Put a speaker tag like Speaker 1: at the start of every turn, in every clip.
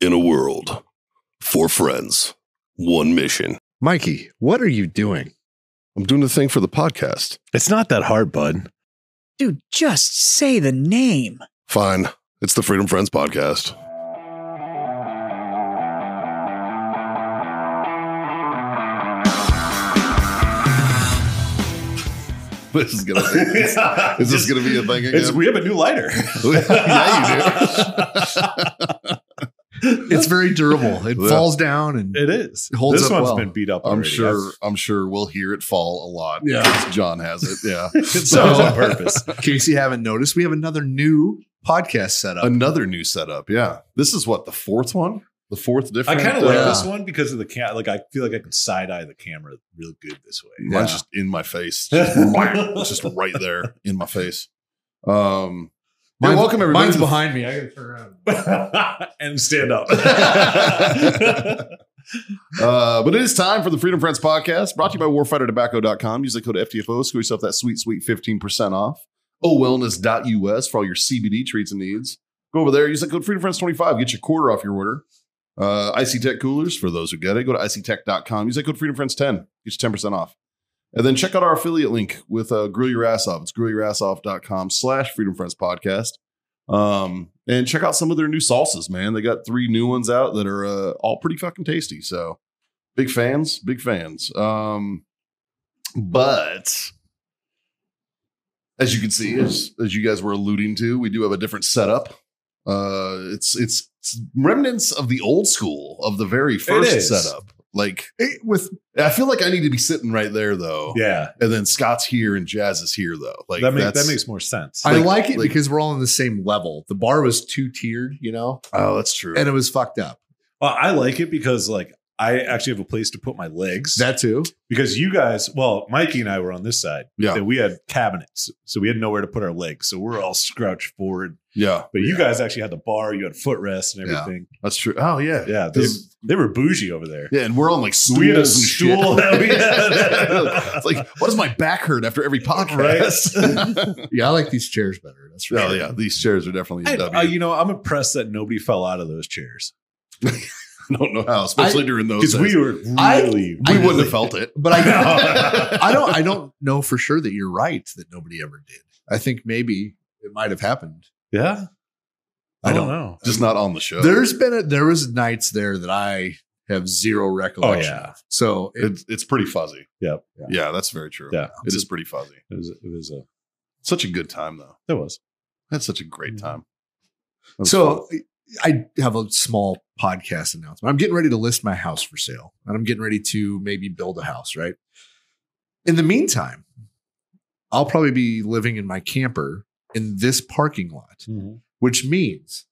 Speaker 1: in a world. Four friends, one mission.
Speaker 2: Mikey, what are you doing?
Speaker 1: I'm doing the thing for the podcast.
Speaker 3: It's not that hard, bud.
Speaker 4: Dude, just say the name.
Speaker 1: Fine. It's the Freedom Friends podcast. This is gonna be, is, is this gonna be a thing
Speaker 3: It's,
Speaker 1: again?
Speaker 3: we have a new lighter.
Speaker 1: yeah, you do.
Speaker 2: It's very durable. It
Speaker 1: Yeah.
Speaker 2: falls down and
Speaker 3: It is.
Speaker 2: It holds
Speaker 3: this
Speaker 2: up
Speaker 3: one's
Speaker 2: well.
Speaker 3: been beat up.
Speaker 1: I'm
Speaker 3: already.
Speaker 1: sure. I'm sure we'll hear it fall a lot.
Speaker 2: Yeah.
Speaker 1: because John has it. Yeah,
Speaker 3: It's so on purpose.
Speaker 2: in case you haven't noticed, we have another new podcast setup.
Speaker 1: another new setup. Yeah, this is what the fourth one. The fourth
Speaker 3: I
Speaker 1: different. uh,
Speaker 3: kind of like
Speaker 2: Yeah.
Speaker 3: this one because of the cat. Like I feel like I could side eye the camera real good this way.
Speaker 1: Mine's
Speaker 2: Yeah.
Speaker 1: just in my face, just, whack, just right there in my face. Um, yeah,
Speaker 2: Mine's-
Speaker 1: welcome everybody.
Speaker 2: Mine's
Speaker 1: to the-
Speaker 2: behind me. I gotta turn around.
Speaker 3: and stand up.
Speaker 1: Uh, but it is time for the Freedom Friends podcast, brought to you by warfightertobacco.com. Use the code FTFO, score yourself that sweet, sweet 15% off. Oh, Owellness.us for all your CBD treats and needs. Go over there, use the code Freedom Friends 25 get your quarter off your order. Uh, IC Tech coolers, for those who get it, go to ictech.com. Use that code Freedom Friends 10 get you 10% off. And then check out our affiliate link with uh, Grill Your Ass Off. It's grillyourassoff.com slash Freedom Friends Podcast. Um, and check out some of their new sauces, man. They got three new ones out that are uh, all pretty fucking tasty. So big fans, big fans. Um, but as you can see, as as you guys were alluding to, we do have a different setup. Uh, it's it's, it's remnants of the old school of the very first
Speaker 3: is.
Speaker 1: setup. Like
Speaker 2: It- with
Speaker 1: I feel like I need to be sitting right there though.
Speaker 3: yeah,
Speaker 1: And then Scott's here and Jazz is here though. Like
Speaker 3: that makes
Speaker 1: that's-
Speaker 3: that makes more sense.
Speaker 2: I
Speaker 1: Like-
Speaker 2: like it
Speaker 1: like-
Speaker 2: because we're all on the same level. The bar was two tiered, you know,
Speaker 1: Oh, that's true.
Speaker 2: and it was fucked up.
Speaker 3: Well, I like it because like I actually have a place to put my legs.
Speaker 2: That too.
Speaker 3: because you guys, well, Mikey and I were on this side.
Speaker 1: Yeah.
Speaker 3: And we had cabinets, so we had nowhere to put our legs. So we're all scrouched forward.
Speaker 1: yeah,
Speaker 3: But you guys actually had the bar, you had footrest and
Speaker 1: Yeah.
Speaker 3: everything.
Speaker 1: that's true. Oh yeah.
Speaker 3: Yeah, they,
Speaker 1: 'Cause-
Speaker 3: they were bougie over there.
Speaker 1: Yeah, and we're on like stools
Speaker 3: We had a
Speaker 1: and shit.
Speaker 3: stool that we had.
Speaker 1: it's like, what does my back hurt after every podcast?
Speaker 3: Right?
Speaker 2: Yeah, I like these chairs better. That's for
Speaker 1: oh
Speaker 2: sure.
Speaker 1: yeah, these chairs are definitely a
Speaker 3: I,
Speaker 1: W.
Speaker 3: uh, you know, I'm impressed that nobody fell out of those chairs
Speaker 1: I don't know how, especially during those.
Speaker 3: because we
Speaker 1: days.
Speaker 3: were
Speaker 2: I-
Speaker 3: really.
Speaker 1: we
Speaker 2: I-
Speaker 1: wouldn't have felt it.
Speaker 2: But I,
Speaker 3: No.
Speaker 2: I don't, I don't know for sure that you're right that nobody ever did. I think maybe it might have happened.
Speaker 3: yeah,
Speaker 2: I
Speaker 1: Oh,
Speaker 2: don't
Speaker 3: know.
Speaker 1: Just not on the show.
Speaker 2: There's been a, there was nights there that I have zero recollection.
Speaker 3: Oh, yeah.
Speaker 2: of. So it,
Speaker 1: it's, it's pretty fuzzy.
Speaker 3: Yeah,
Speaker 1: Yeah, that's very true.
Speaker 3: yeah.
Speaker 1: It is pretty fuzzy.
Speaker 3: It was. It was a.
Speaker 1: Such a good time though.
Speaker 3: That was.
Speaker 1: That's such a great time. That was
Speaker 2: Mm-hmm. so I have a small podcast announcement. I'm getting ready to list my house for sale, and I'm getting ready to maybe build a house. Right. In the meantime, I'll probably be living in my camper in this parking lot,
Speaker 1: Mm-hmm.
Speaker 2: which means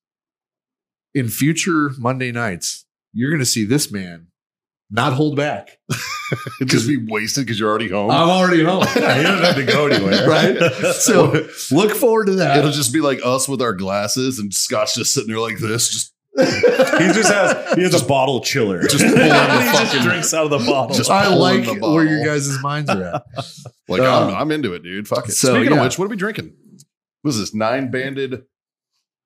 Speaker 2: in future Monday nights, you're going to see this man not hold back.
Speaker 1: fun. it'd just be wasted because you're already home.
Speaker 2: I'm already home.
Speaker 3: Yeah, he doesn't have to go anywhere.
Speaker 2: right? So look forward to that.
Speaker 1: It'll just be like us with our glasses and Scott's just sitting there like this, just
Speaker 3: He just has. He has a bottle chiller.
Speaker 1: Just pull out the
Speaker 3: he just
Speaker 1: fucking-
Speaker 3: drinks out of the bottle.
Speaker 1: Just-
Speaker 2: I
Speaker 1: pulling
Speaker 2: like
Speaker 1: the bottle.
Speaker 2: where your guys' minds are at.
Speaker 1: like
Speaker 2: Um,
Speaker 1: I'm, I'm into it, dude. Fuck it.
Speaker 2: so,
Speaker 1: Speaking
Speaker 2: yeah.
Speaker 1: of which, what are we drinking? What is this nine banded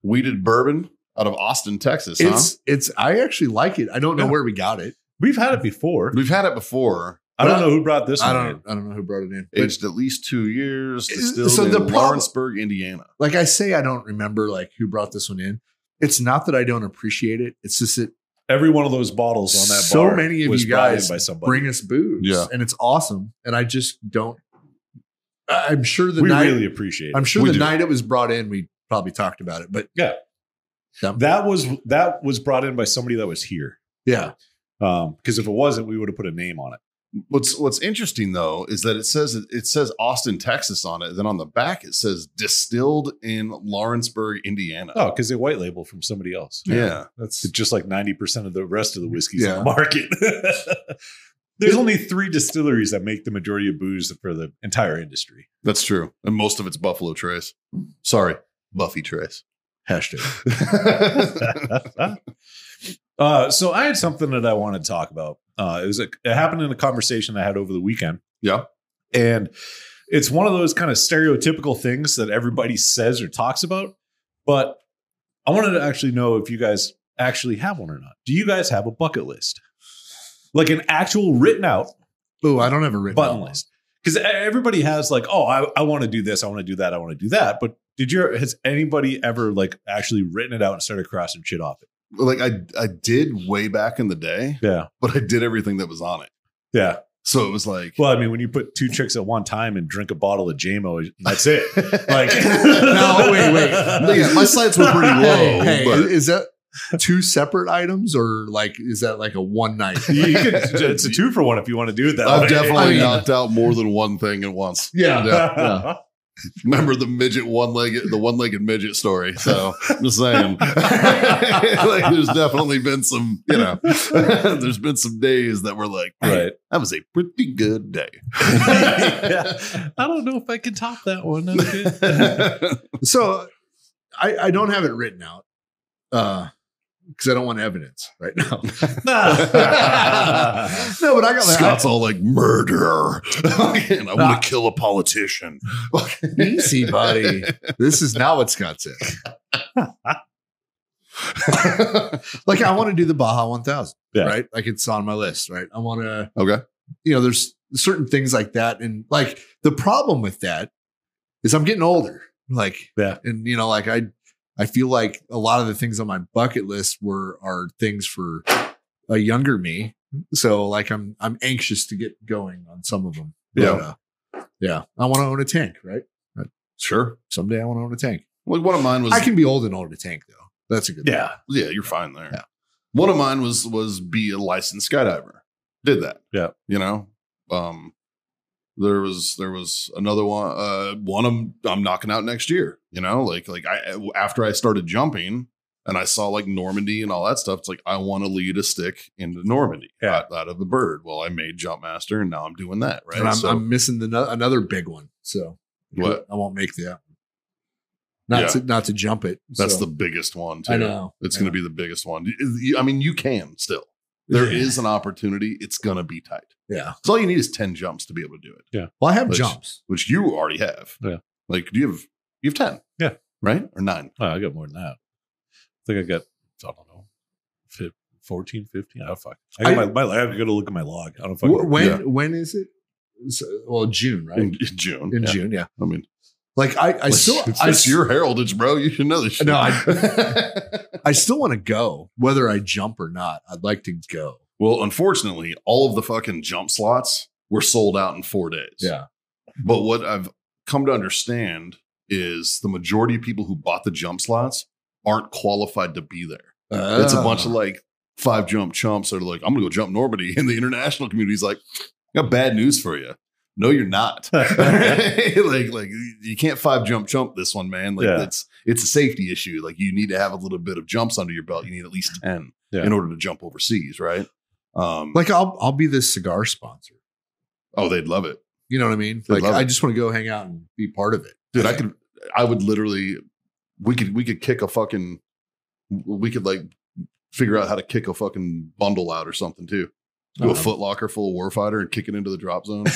Speaker 1: weeded bourbon out of Austin, Texas? huh?
Speaker 2: It's it's I actually like it. I don't know
Speaker 3: Yeah.
Speaker 2: where we got it.
Speaker 3: We've had it before.
Speaker 1: We've had it before.
Speaker 3: I don't know who brought this
Speaker 2: I
Speaker 3: one. in.
Speaker 2: don't I don't know who brought it in. But
Speaker 1: aged at least two years,
Speaker 2: Is-
Speaker 1: distilled
Speaker 2: so
Speaker 1: in
Speaker 2: the problem-
Speaker 1: Lawrenceburg, Indiana.
Speaker 2: like I say, I don't remember like who brought this one in. It's not that I don't appreciate it. It's just that
Speaker 3: Every one of those bottles on that
Speaker 2: So
Speaker 3: bar
Speaker 2: many of
Speaker 3: was
Speaker 2: you
Speaker 3: brought in
Speaker 2: guys
Speaker 3: by somebody.
Speaker 2: bring us booze.
Speaker 1: Yeah.
Speaker 2: And it's awesome. And I just don't I- I'm sure the
Speaker 3: we
Speaker 2: night
Speaker 3: really appreciate it.
Speaker 2: I'm sure
Speaker 1: We
Speaker 2: the
Speaker 1: do.
Speaker 2: night it was brought in, we probably talked about it. But
Speaker 3: Yeah.
Speaker 2: That-
Speaker 3: that was that was brought in by somebody that was here.
Speaker 2: yeah.
Speaker 3: Um, because if it wasn't, we would have put a name on it.
Speaker 1: What's What's interesting though is that it says it says Austin, Texas on it. Then on the back it says distilled in Lawrenceburg, Indiana.
Speaker 3: Oh, because they white label from somebody else.
Speaker 1: yeah.
Speaker 2: That's
Speaker 3: It's just like 90% of the rest of the whiskeys
Speaker 2: Yeah.
Speaker 3: on the market. There's only three distilleries that make the majority of booze for the entire industry.
Speaker 1: that's true. And most of it's Buffalo Trace. Sorry, Buffy Trace.
Speaker 2: hashtag.
Speaker 3: uh, so I had something that I want to talk about. Uh, it was a, it happened in a conversation I had over the weekend.
Speaker 1: Yeah.
Speaker 3: and it's one of those kind of stereotypical things that everybody says or talks about. But I wanted to actually know if you guys actually have one or not. Do you guys have a bucket list? Like an actual written out
Speaker 2: Oh, I don't have a written
Speaker 3: button
Speaker 2: out.
Speaker 3: list. Because everybody has like, oh, I, I want to do this, I want to do that, I want to do that. But did your has anybody ever like actually written it out and started crossing shit off it?
Speaker 1: Like I I did way back in the day,
Speaker 3: Yeah.
Speaker 1: but I did everything that was on it.
Speaker 3: Yeah.
Speaker 1: So it was like
Speaker 3: Well, I mean, when you put two chicks at one time and drink a bottle of JMO, that's it. Like
Speaker 2: No, wait, wait.
Speaker 1: yeah, my sights were pretty low.
Speaker 2: Hey, hey,
Speaker 1: but-
Speaker 2: is that two separate items or like is that like a one night?
Speaker 3: You- you could- it's a two for one if you want to do it that
Speaker 1: I've
Speaker 3: way.
Speaker 1: Oh, definitely
Speaker 2: I mean-
Speaker 1: knocked out more than one thing at once.
Speaker 2: Yeah.
Speaker 1: yeah. Remember the midget one legged, the one legged midget story. So I'm just saying, like, there's definitely been some, you know, there's been some days that were like, hey,
Speaker 3: Right.
Speaker 1: that was a pretty good day.
Speaker 3: I don't know if I can top that one.
Speaker 2: So I, I don't have it written out because I don't want evidence right now. No, but I got
Speaker 1: Scott's all like murderer. and I
Speaker 3: Nah.
Speaker 1: want to kill a politician.
Speaker 2: easy, buddy. This is not what Scott says. Like I want to do the Baja 1000,
Speaker 3: Yeah.
Speaker 2: right? Like it's on my list, right? I want to
Speaker 1: okay.
Speaker 2: you know, there's certain things like that. And like the problem with that is I'm getting older. Like,
Speaker 3: Yeah.
Speaker 2: And you know, like I I feel like a lot of the things on my bucket list were are things for a younger me. So like I'm I'm anxious to get going on some of them.
Speaker 1: Yeah.
Speaker 2: But, uh, yeah. I want to own a tank, right?
Speaker 1: Sure.
Speaker 2: Someday I want to own a tank.
Speaker 1: Like one of mine was
Speaker 2: I can be old and own a tank though. That's a good
Speaker 3: yeah.
Speaker 1: Yeah, you're fine there.
Speaker 2: Yeah.
Speaker 1: One of mine was was be a licensed skydiver. Did that.
Speaker 3: Yeah.
Speaker 1: You know? Um there was there was another one uh one I'm I'm knocking out next year, you know? Like like I after I started jumping and I saw like Normandy and all that stuff, it's like I want to lead a stick into Normandy
Speaker 3: Yeah.
Speaker 1: out, out of the bird. Well, I made jump master and now I'm doing that, right?
Speaker 2: And I'm,
Speaker 1: So-
Speaker 2: I'm missing the no- another big one. So
Speaker 1: What?
Speaker 2: I won't make that. Not
Speaker 1: Yeah.
Speaker 2: to not to jump it.
Speaker 1: that's
Speaker 2: So,
Speaker 1: the biggest one too.
Speaker 2: I know.
Speaker 1: It's
Speaker 2: I
Speaker 1: going
Speaker 2: know.
Speaker 1: to be the biggest one. You- you- I mean, you can still. There is
Speaker 2: Yeah.
Speaker 1: an opportunity. It's going to be tight.
Speaker 2: Yeah.
Speaker 1: So all you need is 10 jumps to be able to do it,
Speaker 2: Well, I have
Speaker 1: Which-
Speaker 2: jumps.
Speaker 1: which you already have.
Speaker 3: Yeah.
Speaker 1: Like do you have you have 10.
Speaker 3: Yeah.
Speaker 1: Right? Or 9.
Speaker 3: Oh, I got more than that. I think I got, I don't know, fif- 14, 15. Oh, fuck. I, got
Speaker 2: I-
Speaker 3: my, my, I got to look at my log. I don't fucking
Speaker 2: Wh- When
Speaker 1: yeah.
Speaker 2: when is it? So, well, June, right?
Speaker 1: In,
Speaker 2: In,
Speaker 1: in June. yeah.
Speaker 2: June, yeah.
Speaker 1: I mean,
Speaker 2: Like I, I still,
Speaker 1: it's,
Speaker 2: I,
Speaker 1: it's your heraldage, bro. You should know this shit.
Speaker 2: No, I- I still want to go, whether I jump or not. I'd like to go.
Speaker 1: well, unfortunately, all of the fucking jump slots were sold out in 4 days.
Speaker 2: Yeah.
Speaker 1: But what I've come to understand is the majority of people who bought the jump slots aren't qualified to be there. It's a
Speaker 2: Uh, Ah.
Speaker 1: bunch of like five jump chumps that are like, I'm gonna go jump Normandy. And the international community is like, I got bad news for you. No, you're not. like, like you can't five jump chump this one, man. Like
Speaker 3: Yeah.
Speaker 1: it's it's a safety issue. Like you need to have a little bit of jumps under your belt. You need at least 10
Speaker 3: Yeah.
Speaker 1: in order to jump overseas, right? Um
Speaker 2: like I'll, I'll be this cigar sponsor.
Speaker 1: oh, they'd love it.
Speaker 2: You know what I mean?
Speaker 1: I'd
Speaker 2: Like
Speaker 1: love
Speaker 2: I
Speaker 1: it.
Speaker 2: just want to go hang out and be part of it.
Speaker 1: Dude, I could I would literally we could we could kick a fucking we could like figure out how to kick a fucking bundle out or something too. Do a
Speaker 2: Uh-huh.
Speaker 1: foot locker full of warfighter and kick it into the drop zone.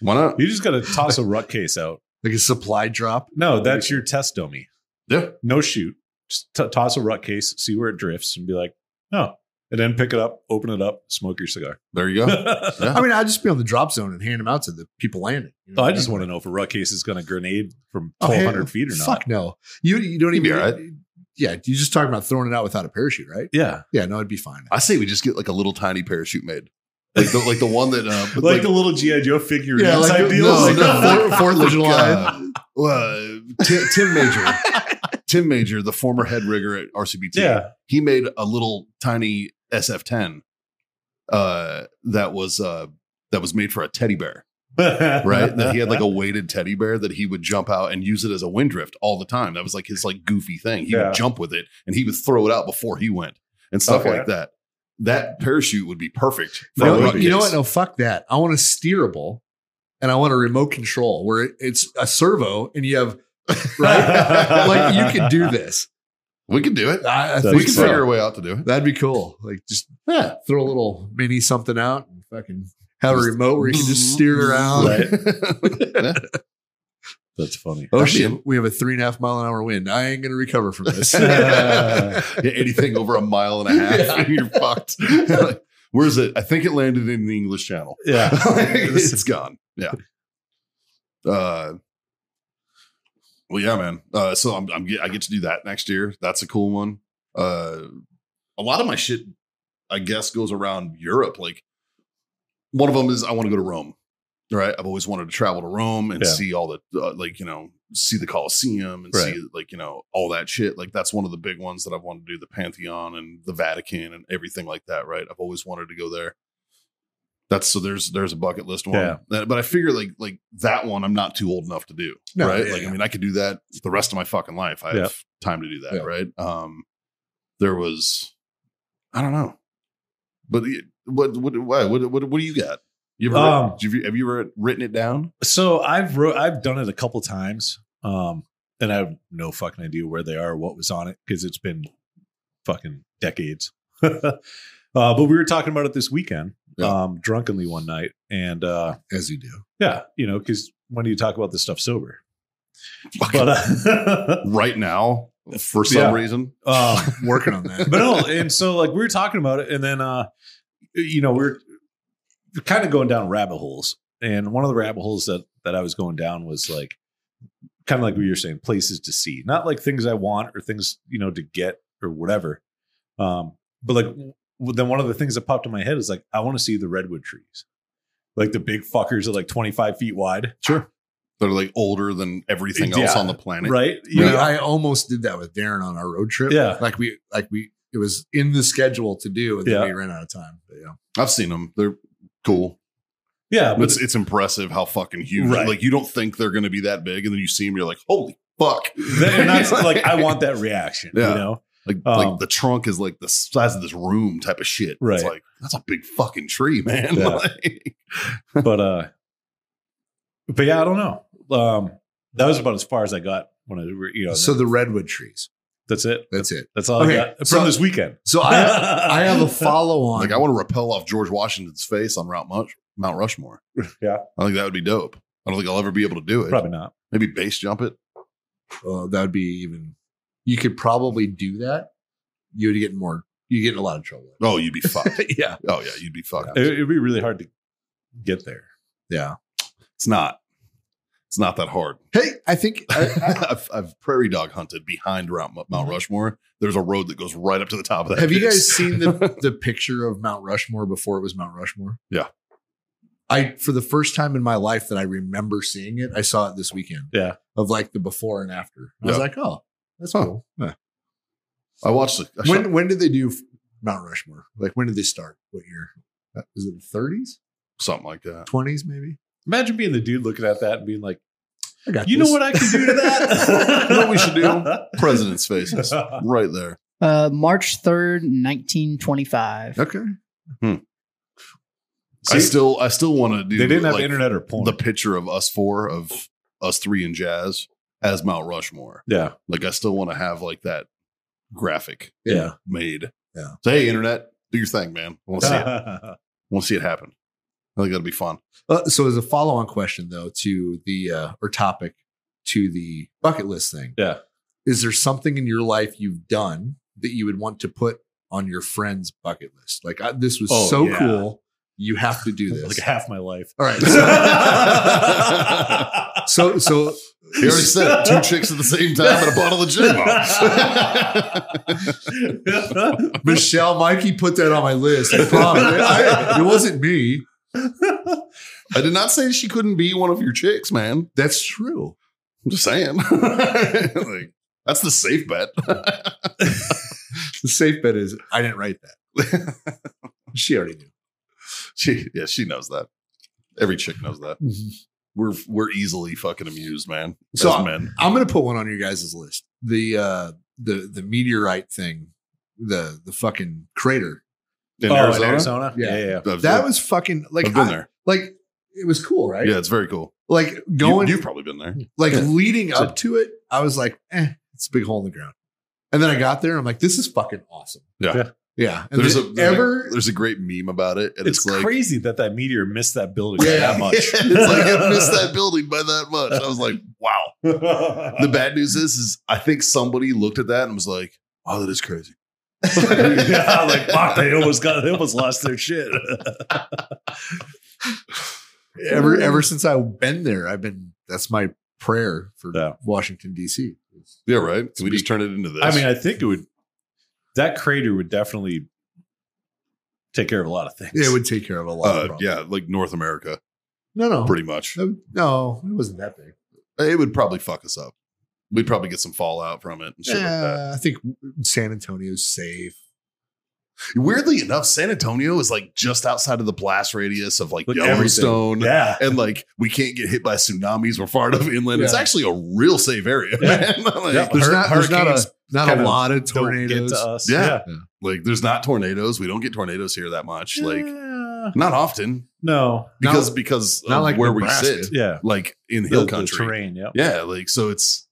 Speaker 1: Why not?
Speaker 3: You just got to toss a rut case out.
Speaker 2: Like a supply drop.
Speaker 3: No, that's your test dummy.
Speaker 1: Yeah.
Speaker 3: No shoot. Just t- toss a rut case, see where it drifts, and be like, no. And then pick it up, open it up, smoke your cigar.
Speaker 1: There you go.
Speaker 2: I mean, I'd just be on the drop zone and hand them out to the people landing. You know
Speaker 3: Oh,
Speaker 2: what
Speaker 3: I
Speaker 2: mean?
Speaker 3: just want to know if a rut case is going to grenade from
Speaker 2: Oh,
Speaker 3: twelve hundred
Speaker 2: hell,
Speaker 3: feet or not.
Speaker 2: Fuck no. You you don't
Speaker 1: You'd
Speaker 2: even.
Speaker 1: be all
Speaker 2: Yeah, you just talking about throwing it out without a parachute, right?
Speaker 3: Yeah,
Speaker 2: Yeah, no, it'd be fine.
Speaker 1: I say we just get like a little tiny parachute made. Like the, like the one that uh,
Speaker 3: like, the little GI Joe figurine
Speaker 2: Yeah, like
Speaker 3: type
Speaker 2: the-
Speaker 3: deal.
Speaker 2: no,
Speaker 3: Like,
Speaker 2: no,
Speaker 3: fuck.
Speaker 2: Fourth- Fourth of July.
Speaker 1: uh, uh, Tim, Tim Major, Tim Major, the former head rigger at RCBT.
Speaker 3: yeah,
Speaker 1: he made a little tiny SF10 uh, that was uh, that was made for a teddy bear, right? that he had like a weighted teddy bear that he would jump out and use it as a wind drift all the time. That was like his like goofy thing. He
Speaker 3: Yeah.
Speaker 1: would jump with it and he would throw it out before he went and stuff
Speaker 3: Okay.
Speaker 1: like that. That parachute would be perfect. for
Speaker 2: No,
Speaker 1: a
Speaker 2: you
Speaker 1: rug
Speaker 2: know
Speaker 1: case.
Speaker 2: what? No, fuck that. I want a steerable and I want a remote control where it, it's a servo and you have, right? like you can do this.
Speaker 1: We can do it.
Speaker 2: I, I
Speaker 3: That's
Speaker 2: think
Speaker 1: We can
Speaker 2: so.
Speaker 1: figure a way out to do it.
Speaker 2: That'd be cool. Like just
Speaker 1: Yeah.
Speaker 2: throw a little mini something out and fucking have a
Speaker 1: Just-
Speaker 2: remote where you can just steer it around.
Speaker 1: Right. Yeah.
Speaker 3: That's funny.
Speaker 2: Oh
Speaker 1: That'd be
Speaker 2: shit! We have a three and a half mile an hour wind. I ain't gonna recover from this.
Speaker 1: Yeah, anything over a mile and a half,
Speaker 2: Yeah.
Speaker 1: you're fucked. Where is it? I think it landed in the English Channel.
Speaker 3: Yeah.
Speaker 1: it's gone. Yeah. Uh, well, yeah, man. Uh, so I'm, I'm get, I get to do that next year. That's a cool one. Uh, a lot of my shit, I guess, goes around Europe. Like one of them is I want to go to Rome. Right. I've always wanted to travel to Rome and
Speaker 3: Yeah.
Speaker 1: see all the uh, like you know see the Colosseum and see like you know all that shit. Like that's one of the big ones that I've wanted to do. The Pantheon and the Vatican and everything like that. Right. I've always wanted to go there. That's so there's there's a bucket list one.
Speaker 3: Yeah.
Speaker 1: That- But I figure like like that one I'm not too old enough to do.
Speaker 2: No,
Speaker 1: right.
Speaker 2: yeah,
Speaker 1: like
Speaker 2: yeah.
Speaker 1: I mean I could do that the rest of my fucking life. I
Speaker 3: Yeah.
Speaker 1: have time to do that.
Speaker 2: Yeah.
Speaker 1: Right. Um there was I don't know. But the- what what what what what, what do you got? You ever
Speaker 3: Um,
Speaker 1: writ- have, you, have you ever written it down?
Speaker 3: So I've wrote, I've done it a couple times, um, and I have no fucking idea where they are, what was on it, because it's been fucking decades. uh, but we were talking about it this weekend,
Speaker 1: Yeah.
Speaker 3: um, drunkenly one night, and uh,
Speaker 2: As you do.
Speaker 3: yeah, you know, because when do you talk about this stuff sober?
Speaker 1: Fuck.
Speaker 3: But uh,
Speaker 1: right now for some
Speaker 3: Yeah.
Speaker 1: reason.
Speaker 3: um,
Speaker 2: Working on that.
Speaker 3: but no, and so like we were talking about it, and then uh, you know we are kind of going down rabbit holes, and one of the rabbit holes that that I was going down was like kind of like what you're saying, places to see, not like things I want or things you know to get or whatever, um, but like w- then one of the things that popped in my head is like I want to see the redwood trees, like the big fuckers are like 25 feet wide,
Speaker 1: Sure. They're like older than everything else
Speaker 3: Yeah.
Speaker 1: on the planet.
Speaker 3: right?
Speaker 2: We-
Speaker 3: You know?
Speaker 2: I almost did that with Darren on our road trip.
Speaker 3: Yeah.
Speaker 2: Like we like we it was in the schedule to do and then
Speaker 3: Yeah.
Speaker 2: we ran out of time. But yeah.
Speaker 1: I've seen them. They're cool.
Speaker 3: yeah, but
Speaker 1: It's it's impressive how fucking huge.
Speaker 3: Right.
Speaker 1: Like you don't think they're going to be that big, and then you see them, you're like, holy fuck!
Speaker 3: th- and that's like I want that reaction,
Speaker 1: Yeah.
Speaker 3: you know?
Speaker 1: Like
Speaker 3: Um,
Speaker 1: like the trunk is like the size of this room type of shit. It's
Speaker 3: Right.
Speaker 1: like that's a big fucking tree, man.
Speaker 3: Yeah.
Speaker 1: Like-
Speaker 3: but uh but yeah i don't know um that was about as far as i got when i were you know
Speaker 2: So the redwood trees.
Speaker 3: that's it
Speaker 2: That's it.
Speaker 3: that's all
Speaker 2: Okay,
Speaker 3: i got from
Speaker 2: so-
Speaker 3: this weekend
Speaker 2: So I I have a follow on.
Speaker 1: like I want to repel off George Washington's face on Mount Mush- Mount Rushmore.
Speaker 3: Yeah.
Speaker 1: I think that would be dope. I don't think I'll ever be able to do it.
Speaker 3: probably not
Speaker 1: Maybe base jump it.
Speaker 2: uh, that would be even you could probably do that. You would get more you get in a lot of trouble.
Speaker 1: Oh, you'd be fucked.
Speaker 2: yeah.
Speaker 1: oh yeah, you'd be fucked.
Speaker 3: it, would be really hard to get there
Speaker 2: Yeah.
Speaker 1: It's not. It's not that hard.
Speaker 2: Hey, I think I, I-
Speaker 1: I've, I've prairie dog hunted behind Mount, Mount Rushmore. There's a road that goes right up to the top of that.
Speaker 2: have you
Speaker 1: bitch.
Speaker 2: guys seen the, the picture of Mount Rushmore before it was Mount Rushmore?
Speaker 1: Yeah.
Speaker 2: I for the first time in my life that I remember seeing it, I saw it this weekend.
Speaker 3: Yeah.
Speaker 2: Of like the before and after. I was
Speaker 1: Yeah.
Speaker 2: like, oh, that's
Speaker 1: Huh.
Speaker 2: cool. Yeah.
Speaker 1: I watched it. I shot-
Speaker 2: When when did they do Mount Rushmore? Like when did they start? What year? Uh, Was it the thirties?
Speaker 1: something like that.
Speaker 2: Twenties, maybe?
Speaker 3: imagine being the dude looking at that and being like
Speaker 2: I got
Speaker 3: you know what i can do to that
Speaker 1: You know what we should do? President's faces right there.
Speaker 5: Uh, March 3rd, 1925.
Speaker 2: Okay.
Speaker 1: I
Speaker 3: See?
Speaker 1: still, I still want to do.
Speaker 3: they didn't have
Speaker 1: like,
Speaker 3: internet or porn
Speaker 1: The picture of us four, of us three and Jazz as Mount Rushmore.
Speaker 3: yeah
Speaker 1: Like I still want to have like that graphic
Speaker 3: yeah,
Speaker 1: made.
Speaker 2: Yeah.
Speaker 1: Say, hey, internet, do your thing, man. I want to see it. I want to see it happen. I think that'll be fun.
Speaker 2: Uh, so as a follow-on question though to the uh, or topic to the bucket list thing
Speaker 3: Yeah.
Speaker 2: is there something in your life you've done that you would want to put on your friend's bucket list like I, this was
Speaker 3: Oh,
Speaker 2: so
Speaker 3: yeah.
Speaker 2: cool you have to do
Speaker 3: like
Speaker 2: this
Speaker 3: half my life
Speaker 2: all right so, so so
Speaker 1: He already said two chicks at the same time and a bottle of gin.
Speaker 2: michelle mikey put that on my list i promise I- it wasn't me
Speaker 1: I did not say she couldn't be one of your chicks, man.
Speaker 2: that's true
Speaker 1: I'm just saying. Like, that's the safe bet.
Speaker 2: the safe bet is i didn't write that she already knew
Speaker 1: she, yeah, she knows that. Every chick knows that. We're we're easily fucking amused, man.
Speaker 2: Mm-hmm. So
Speaker 1: as
Speaker 2: I-
Speaker 1: men.
Speaker 2: I'm gonna put one on your guys' list. The uh the the meteorite thing, the the fucking crater.
Speaker 1: In
Speaker 3: oh,
Speaker 1: Arizona.
Speaker 3: in arizona
Speaker 2: Yeah.
Speaker 3: yeah, yeah.
Speaker 1: I've,
Speaker 2: That
Speaker 1: that
Speaker 2: was fucking like
Speaker 1: I've been
Speaker 2: I-
Speaker 1: there.
Speaker 2: like it was cool, right?
Speaker 1: Yeah, it's very cool.
Speaker 2: Like
Speaker 1: You,
Speaker 2: going
Speaker 1: you've probably been there.
Speaker 2: like
Speaker 1: yeah.
Speaker 2: leading
Speaker 1: It's a-
Speaker 2: up to it, I was like, eh, it's a big hole in the ground. And then I got there, I'm like, this is fucking awesome.
Speaker 1: Yeah.
Speaker 3: Yeah.
Speaker 2: Yeah. And
Speaker 1: There's a,
Speaker 2: then
Speaker 1: there's,
Speaker 2: ever
Speaker 1: a, there's a great meme about it, and
Speaker 3: It's,
Speaker 1: it's, like
Speaker 3: crazy that that meteor missed that building by
Speaker 2: Yeah.
Speaker 3: that much.
Speaker 1: it's like I missed that building by that much. I was like, wow. The bad news is, is I think somebody looked at that and was like, "Oh, that is crazy."
Speaker 3: yeah, like fuck, they almost got, they almost lost their shit.
Speaker 2: ever ever since I've been there, I've been that's my prayer for
Speaker 3: Yeah.
Speaker 2: Washington D.C.
Speaker 1: Yeah, right. Can we just turn it into this? Uh,
Speaker 3: I mean, I think it would. That crater would definitely take care of a lot of things.
Speaker 2: It would take care of a lot. of
Speaker 1: uh,
Speaker 2: problems.
Speaker 1: yeah, like North America,
Speaker 2: No, no,
Speaker 1: pretty much.
Speaker 2: Uh, No, it wasn't that big.
Speaker 1: It would probably fuck us up. We'd probably get some fallout from it and shit like that.
Speaker 2: Uh, I think San Antonio's safe.
Speaker 1: Weirdly enough, San Antonio is like just outside of the blast radius of like
Speaker 3: Like
Speaker 1: Yellowstone.
Speaker 3: Yeah.
Speaker 1: And like we can't get hit by tsunamis. We're far enough inland. It's
Speaker 2: Yeah.
Speaker 1: actually a real safe area,
Speaker 3: Yeah.
Speaker 1: man. like,
Speaker 3: Yeah.
Speaker 2: There's
Speaker 3: Hur-
Speaker 2: not, there's not
Speaker 3: hurricanes
Speaker 2: a not a
Speaker 3: kinda
Speaker 2: lot of uh,
Speaker 3: Don't get
Speaker 2: tornadoes.
Speaker 3: to us.
Speaker 1: Yeah. like, there's not tornadoes. We don't get tornadoes here that much. Like
Speaker 3: Yeah.
Speaker 1: not often
Speaker 3: no.
Speaker 1: because
Speaker 2: Not-
Speaker 1: because of
Speaker 2: not like
Speaker 1: where we
Speaker 2: Nebraska.
Speaker 1: sit,
Speaker 3: Yeah.
Speaker 1: like in hill
Speaker 3: The- the
Speaker 1: country.
Speaker 3: terrain. Yep.
Speaker 1: yeah, like so it's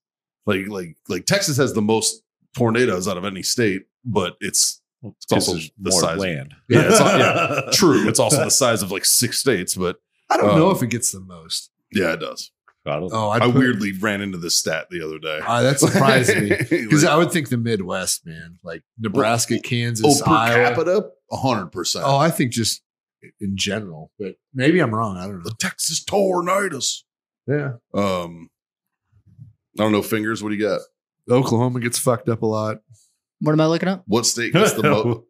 Speaker 1: like like like Texas has the most tornadoes out of any state, but it's
Speaker 3: Well, it's
Speaker 1: also
Speaker 3: because
Speaker 1: the
Speaker 3: there's more
Speaker 1: size.
Speaker 3: land.
Speaker 1: Yeah, it's all- true. It's also the size of like six states, but
Speaker 2: I don't
Speaker 1: Um,
Speaker 2: know if it gets the most.
Speaker 1: yeah, it does.
Speaker 3: I don't-
Speaker 2: Oh,
Speaker 1: I,
Speaker 2: I put,
Speaker 1: weirdly ran into this stat the other day.
Speaker 2: Ah, that surprised me because
Speaker 1: Like,
Speaker 2: I would think the Midwest, man, like Nebraska, Kansas,
Speaker 1: oh, per
Speaker 2: Iowa.
Speaker 1: capita, hundred percent.
Speaker 2: Oh, I think just in general, but maybe I'm wrong. I don't know.
Speaker 1: The Texas tornadoes.
Speaker 2: Yeah,
Speaker 1: Um, I don't know. Fingers. What do you got?
Speaker 2: Oklahoma gets fucked up a lot.
Speaker 5: What am I looking up?
Speaker 1: What state gets the most?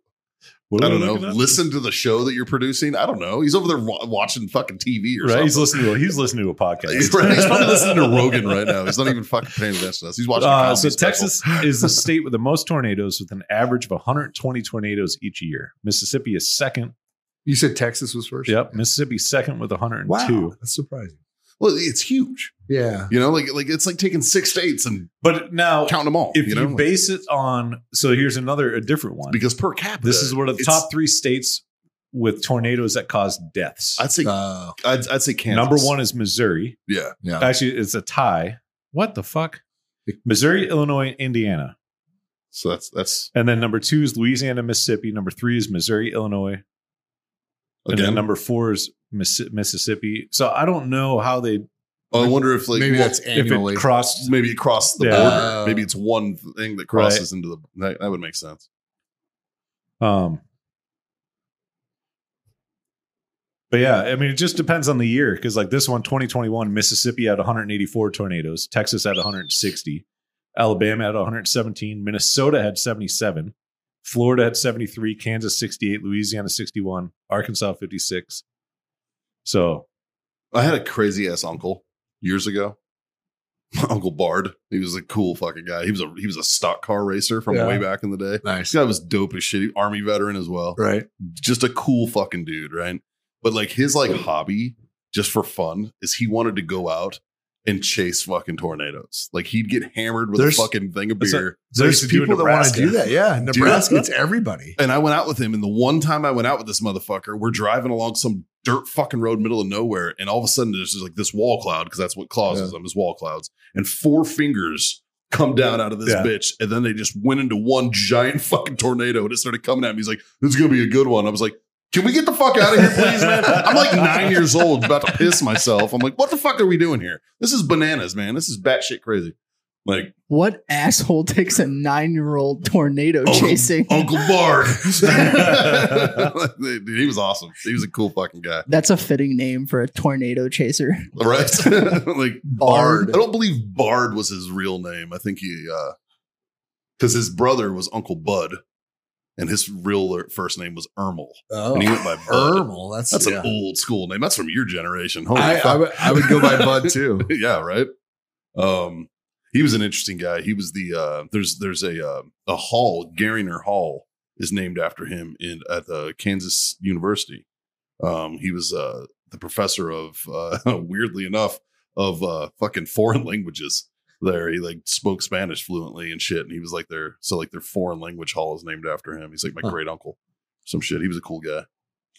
Speaker 3: What
Speaker 1: I
Speaker 3: are
Speaker 1: don't
Speaker 3: we
Speaker 1: know.
Speaker 3: looking at?
Speaker 1: Listen to the show that you're producing. I don't know. He's over there wa- watching fucking TV or
Speaker 3: Right. He's
Speaker 1: something.
Speaker 3: listening to a, he's listening to a podcast.
Speaker 1: He's, right, he's probably listening to Rogan right now. He's not even fucking paying attention to us. He's watching. a
Speaker 3: Uh,
Speaker 1: comedy
Speaker 3: so
Speaker 1: special.
Speaker 3: Texas is the state with the most tornadoes, with an average of 120 tornadoes each year. Mississippi is second.
Speaker 2: You said Texas was first.
Speaker 3: Yep, Mississippi second with 102.
Speaker 2: Wow, that's surprising.
Speaker 1: Well, it's huge.
Speaker 2: Yeah,
Speaker 1: You know, like like it's like taking six states and
Speaker 3: But now,
Speaker 1: counting them all.
Speaker 3: if
Speaker 1: you
Speaker 3: you,
Speaker 1: know,
Speaker 3: base it on, so here's another a different one.
Speaker 1: because per capita,
Speaker 3: this is one of the
Speaker 1: it's-
Speaker 3: top three states with tornadoes that cause deaths.
Speaker 1: I'd say
Speaker 2: uh,
Speaker 1: I'd, I'd say Kansas
Speaker 3: Number one is Missouri.
Speaker 1: Yeah.
Speaker 2: yeah.
Speaker 3: Actually, it's a tie. What the fuck? Missouri, Illinois, and Indiana.
Speaker 1: So that's that's
Speaker 3: And then number two is Louisiana, Mississippi. Number three is Missouri, Illinois. And
Speaker 1: again.
Speaker 3: then number four is Miss- Mississippi. So I don't know how they
Speaker 1: oh, I wonder if like
Speaker 2: maybe
Speaker 1: well,
Speaker 2: that's
Speaker 3: if
Speaker 2: annually.
Speaker 3: it crossed.
Speaker 1: maybe it crossed the
Speaker 3: Yeah.
Speaker 1: border. Maybe it's one thing that crosses into the that, that would make sense.
Speaker 3: Um, but yeah, I mean, it just depends on the year because like this one, 2021, Mississippi had 184 tornadoes, Texas had 160, Alabama had 117, Minnesota had 77, Florida had 73, Kansas 68, Louisiana 61, Arkansas 56. So
Speaker 1: I had a crazy ass uncle years ago. My uncle Bard. He was a cool fucking guy. He was a he was a stock car racer from
Speaker 2: Yeah.
Speaker 1: way back in the day. This
Speaker 2: nice,
Speaker 1: guy was dope as shit. He- Army veteran as well.
Speaker 2: right?
Speaker 1: Just a cool fucking dude, right? But like his like hobby, just for fun, is he wanted to go out and chase fucking tornadoes. Like he'd get hammered with
Speaker 2: There's-
Speaker 1: a fucking thing of
Speaker 3: That's a-
Speaker 1: beer.
Speaker 3: So
Speaker 2: There's
Speaker 3: you should do
Speaker 2: people that want to
Speaker 3: Nebraska.
Speaker 2: do that. Yeah, Nebraska, it's everybody.
Speaker 1: And I went out with him. And the one time I went out with this motherfucker, we're driving along some dirt fucking road, middle of nowhere. And all of a sudden, there's just like this wall cloud because that's what causes them is wall clouds. And four fingers come down out of this
Speaker 3: Yeah.
Speaker 1: bitch. And then they just went into one giant fucking tornado and it started coming at me. He's like, this is going to be a good one. I was like, can we get the fuck out of here, please, man? I'm like nine years old, about to piss myself. I'm like, what the fuck are we doing here? This is bananas, man. This is batshit crazy. Like,
Speaker 5: What asshole takes a nine-year-old tornado
Speaker 1: Uncle-
Speaker 5: chasing?
Speaker 1: Uncle Bard. Dude, he was awesome. He was a cool fucking guy.
Speaker 5: That's a fitting name for a tornado chaser.
Speaker 1: Right? like Bard.
Speaker 5: Bard.
Speaker 1: I don't believe Bard was his real name. I think he uh because his brother was Uncle Bud and his real first name was Ermal.
Speaker 2: Oh,
Speaker 1: And he went by Bud.
Speaker 2: Ermal. That's
Speaker 1: That's
Speaker 2: yeah.
Speaker 1: an old school name. That's from your generation. Holy
Speaker 2: I, I,
Speaker 1: fuck.
Speaker 2: would, I would go by Bud too.
Speaker 1: yeah, right. Um, he was an interesting guy. He was the uh, there's there's a uh, a hall Garinger Hall is named after him in at the Kansas University. Um, he was uh, the professor of uh, weirdly enough of uh, fucking foreign languages there. He like spoke Spanish fluently and shit, and he was like their so like their foreign language hall is named after him. He's like my
Speaker 2: Huh.
Speaker 1: great uncle, some shit. He was a cool guy,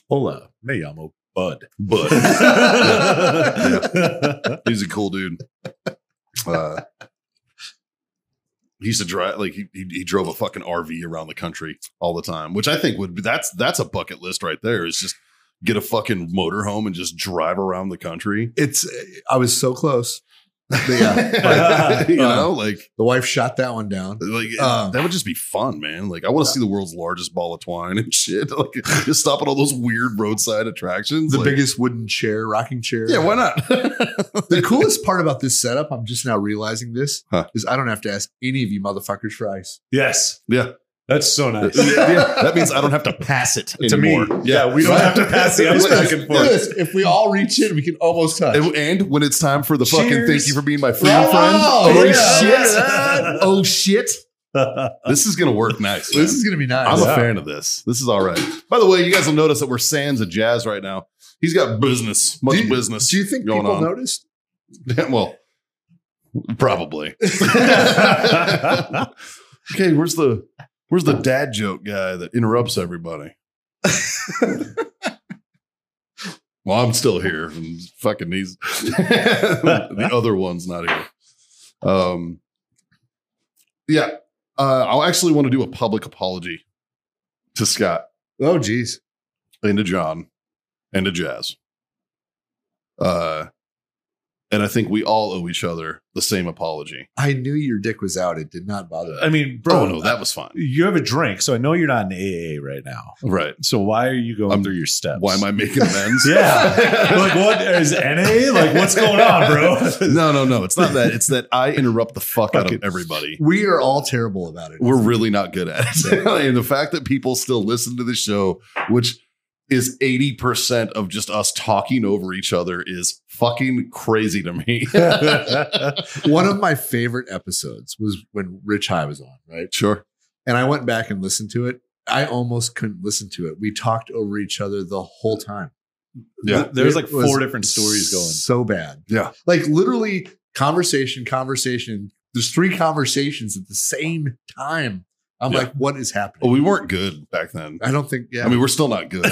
Speaker 3: Hola, me llamo Bud.
Speaker 1: but
Speaker 3: Yeah.
Speaker 1: he's a cool dude. Uh, He used to drive like he, he he drove a fucking RV around the country all the time, which I think would be that's that's a bucket list right there. Is just get a fucking motorhome and just drive around the country.
Speaker 2: It's I was so close. But yeah,
Speaker 1: Yeah, you
Speaker 2: Uh,
Speaker 1: know, like
Speaker 2: the wife shot that one down.
Speaker 1: like
Speaker 2: Uh.
Speaker 1: that would just be fun, man. Like I want to see the world's largest ball of twine and shit. Like just stop at all those weird roadside attractions.
Speaker 2: The
Speaker 1: like-
Speaker 2: biggest wooden chair, rocking chair.
Speaker 1: Yeah, why not?
Speaker 2: the coolest part about this setup, I'm just now realizing this,
Speaker 1: Huh.
Speaker 2: is I don't have to ask any of you motherfuckers for ice.
Speaker 3: Yes.
Speaker 1: Yeah.
Speaker 3: That's so nice.
Speaker 1: Yeah, that means I don't have to pass it
Speaker 3: To me.
Speaker 1: anymore.
Speaker 3: Yeah, we don't have to pass the ice
Speaker 1: Like,
Speaker 3: back and forth.
Speaker 2: Yes, if we all reach in, we can almost touch.
Speaker 1: And, and when it's time for the fucking
Speaker 3: Cheers.
Speaker 1: thank you for being my friend,
Speaker 2: Wow.
Speaker 1: friend.
Speaker 2: Oh, yeah.
Speaker 1: Oh shit!
Speaker 3: yeah.
Speaker 1: This is gonna work nice. man.
Speaker 2: this is gonna be nice.
Speaker 1: I'm
Speaker 3: Yeah.
Speaker 1: a fan of this. This is all right. By the way, you guys will notice that we're Sans of Jazz right now. He's got business, much
Speaker 2: do you,
Speaker 1: business.
Speaker 2: Do you think
Speaker 1: going
Speaker 2: people
Speaker 1: on.
Speaker 2: noticed?
Speaker 1: well, probably. okay, where's the where's the dad joke guy that interrupts everybody? well, I'm still here, and fucking these the other one's not here. Um, yeah, uh, I'll actually want to do a public apology to Scott
Speaker 2: Oh, geez.
Speaker 1: and to John and to Jazz. Uh, and I think we all owe each other the same apology.
Speaker 2: I knew your dick was out. It did not bother me.
Speaker 3: I mean, bro,
Speaker 1: Bro, no, Oh, that was fine.
Speaker 3: you have a drink, so I know you're not in AA right now.
Speaker 1: Right.
Speaker 3: So why are you going
Speaker 1: I'm-
Speaker 3: through your steps?
Speaker 1: Why am I making amends?
Speaker 3: Yeah. like, what is NA? Like, what's going on, bro?
Speaker 1: No, no, no. It's not that. It's that I interrupt the fuck out of
Speaker 3: Fucking-
Speaker 1: everybody.
Speaker 2: We are all terrible about it.
Speaker 1: We're really not good at it. and the fact that people still listen to the show, which is 80% of just us talking over each other, is fucking crazy to me.
Speaker 2: One of my favorite episodes was when Rich High was on, right?
Speaker 1: sure.
Speaker 2: And I went back and listened to it. I almost couldn't listen to it. We talked over each other the whole time.
Speaker 1: Yeah.
Speaker 3: There's
Speaker 2: It
Speaker 3: like
Speaker 2: was
Speaker 3: four different stories going.
Speaker 2: So bad.
Speaker 1: Yeah.
Speaker 2: Like literally conversation, conversation. There's three conversations at the same time. I'm
Speaker 1: Yeah.
Speaker 2: like, what is happening?
Speaker 1: Well, we weren't good back then.
Speaker 2: I don't think, yeah.
Speaker 1: I mean, we're still not good.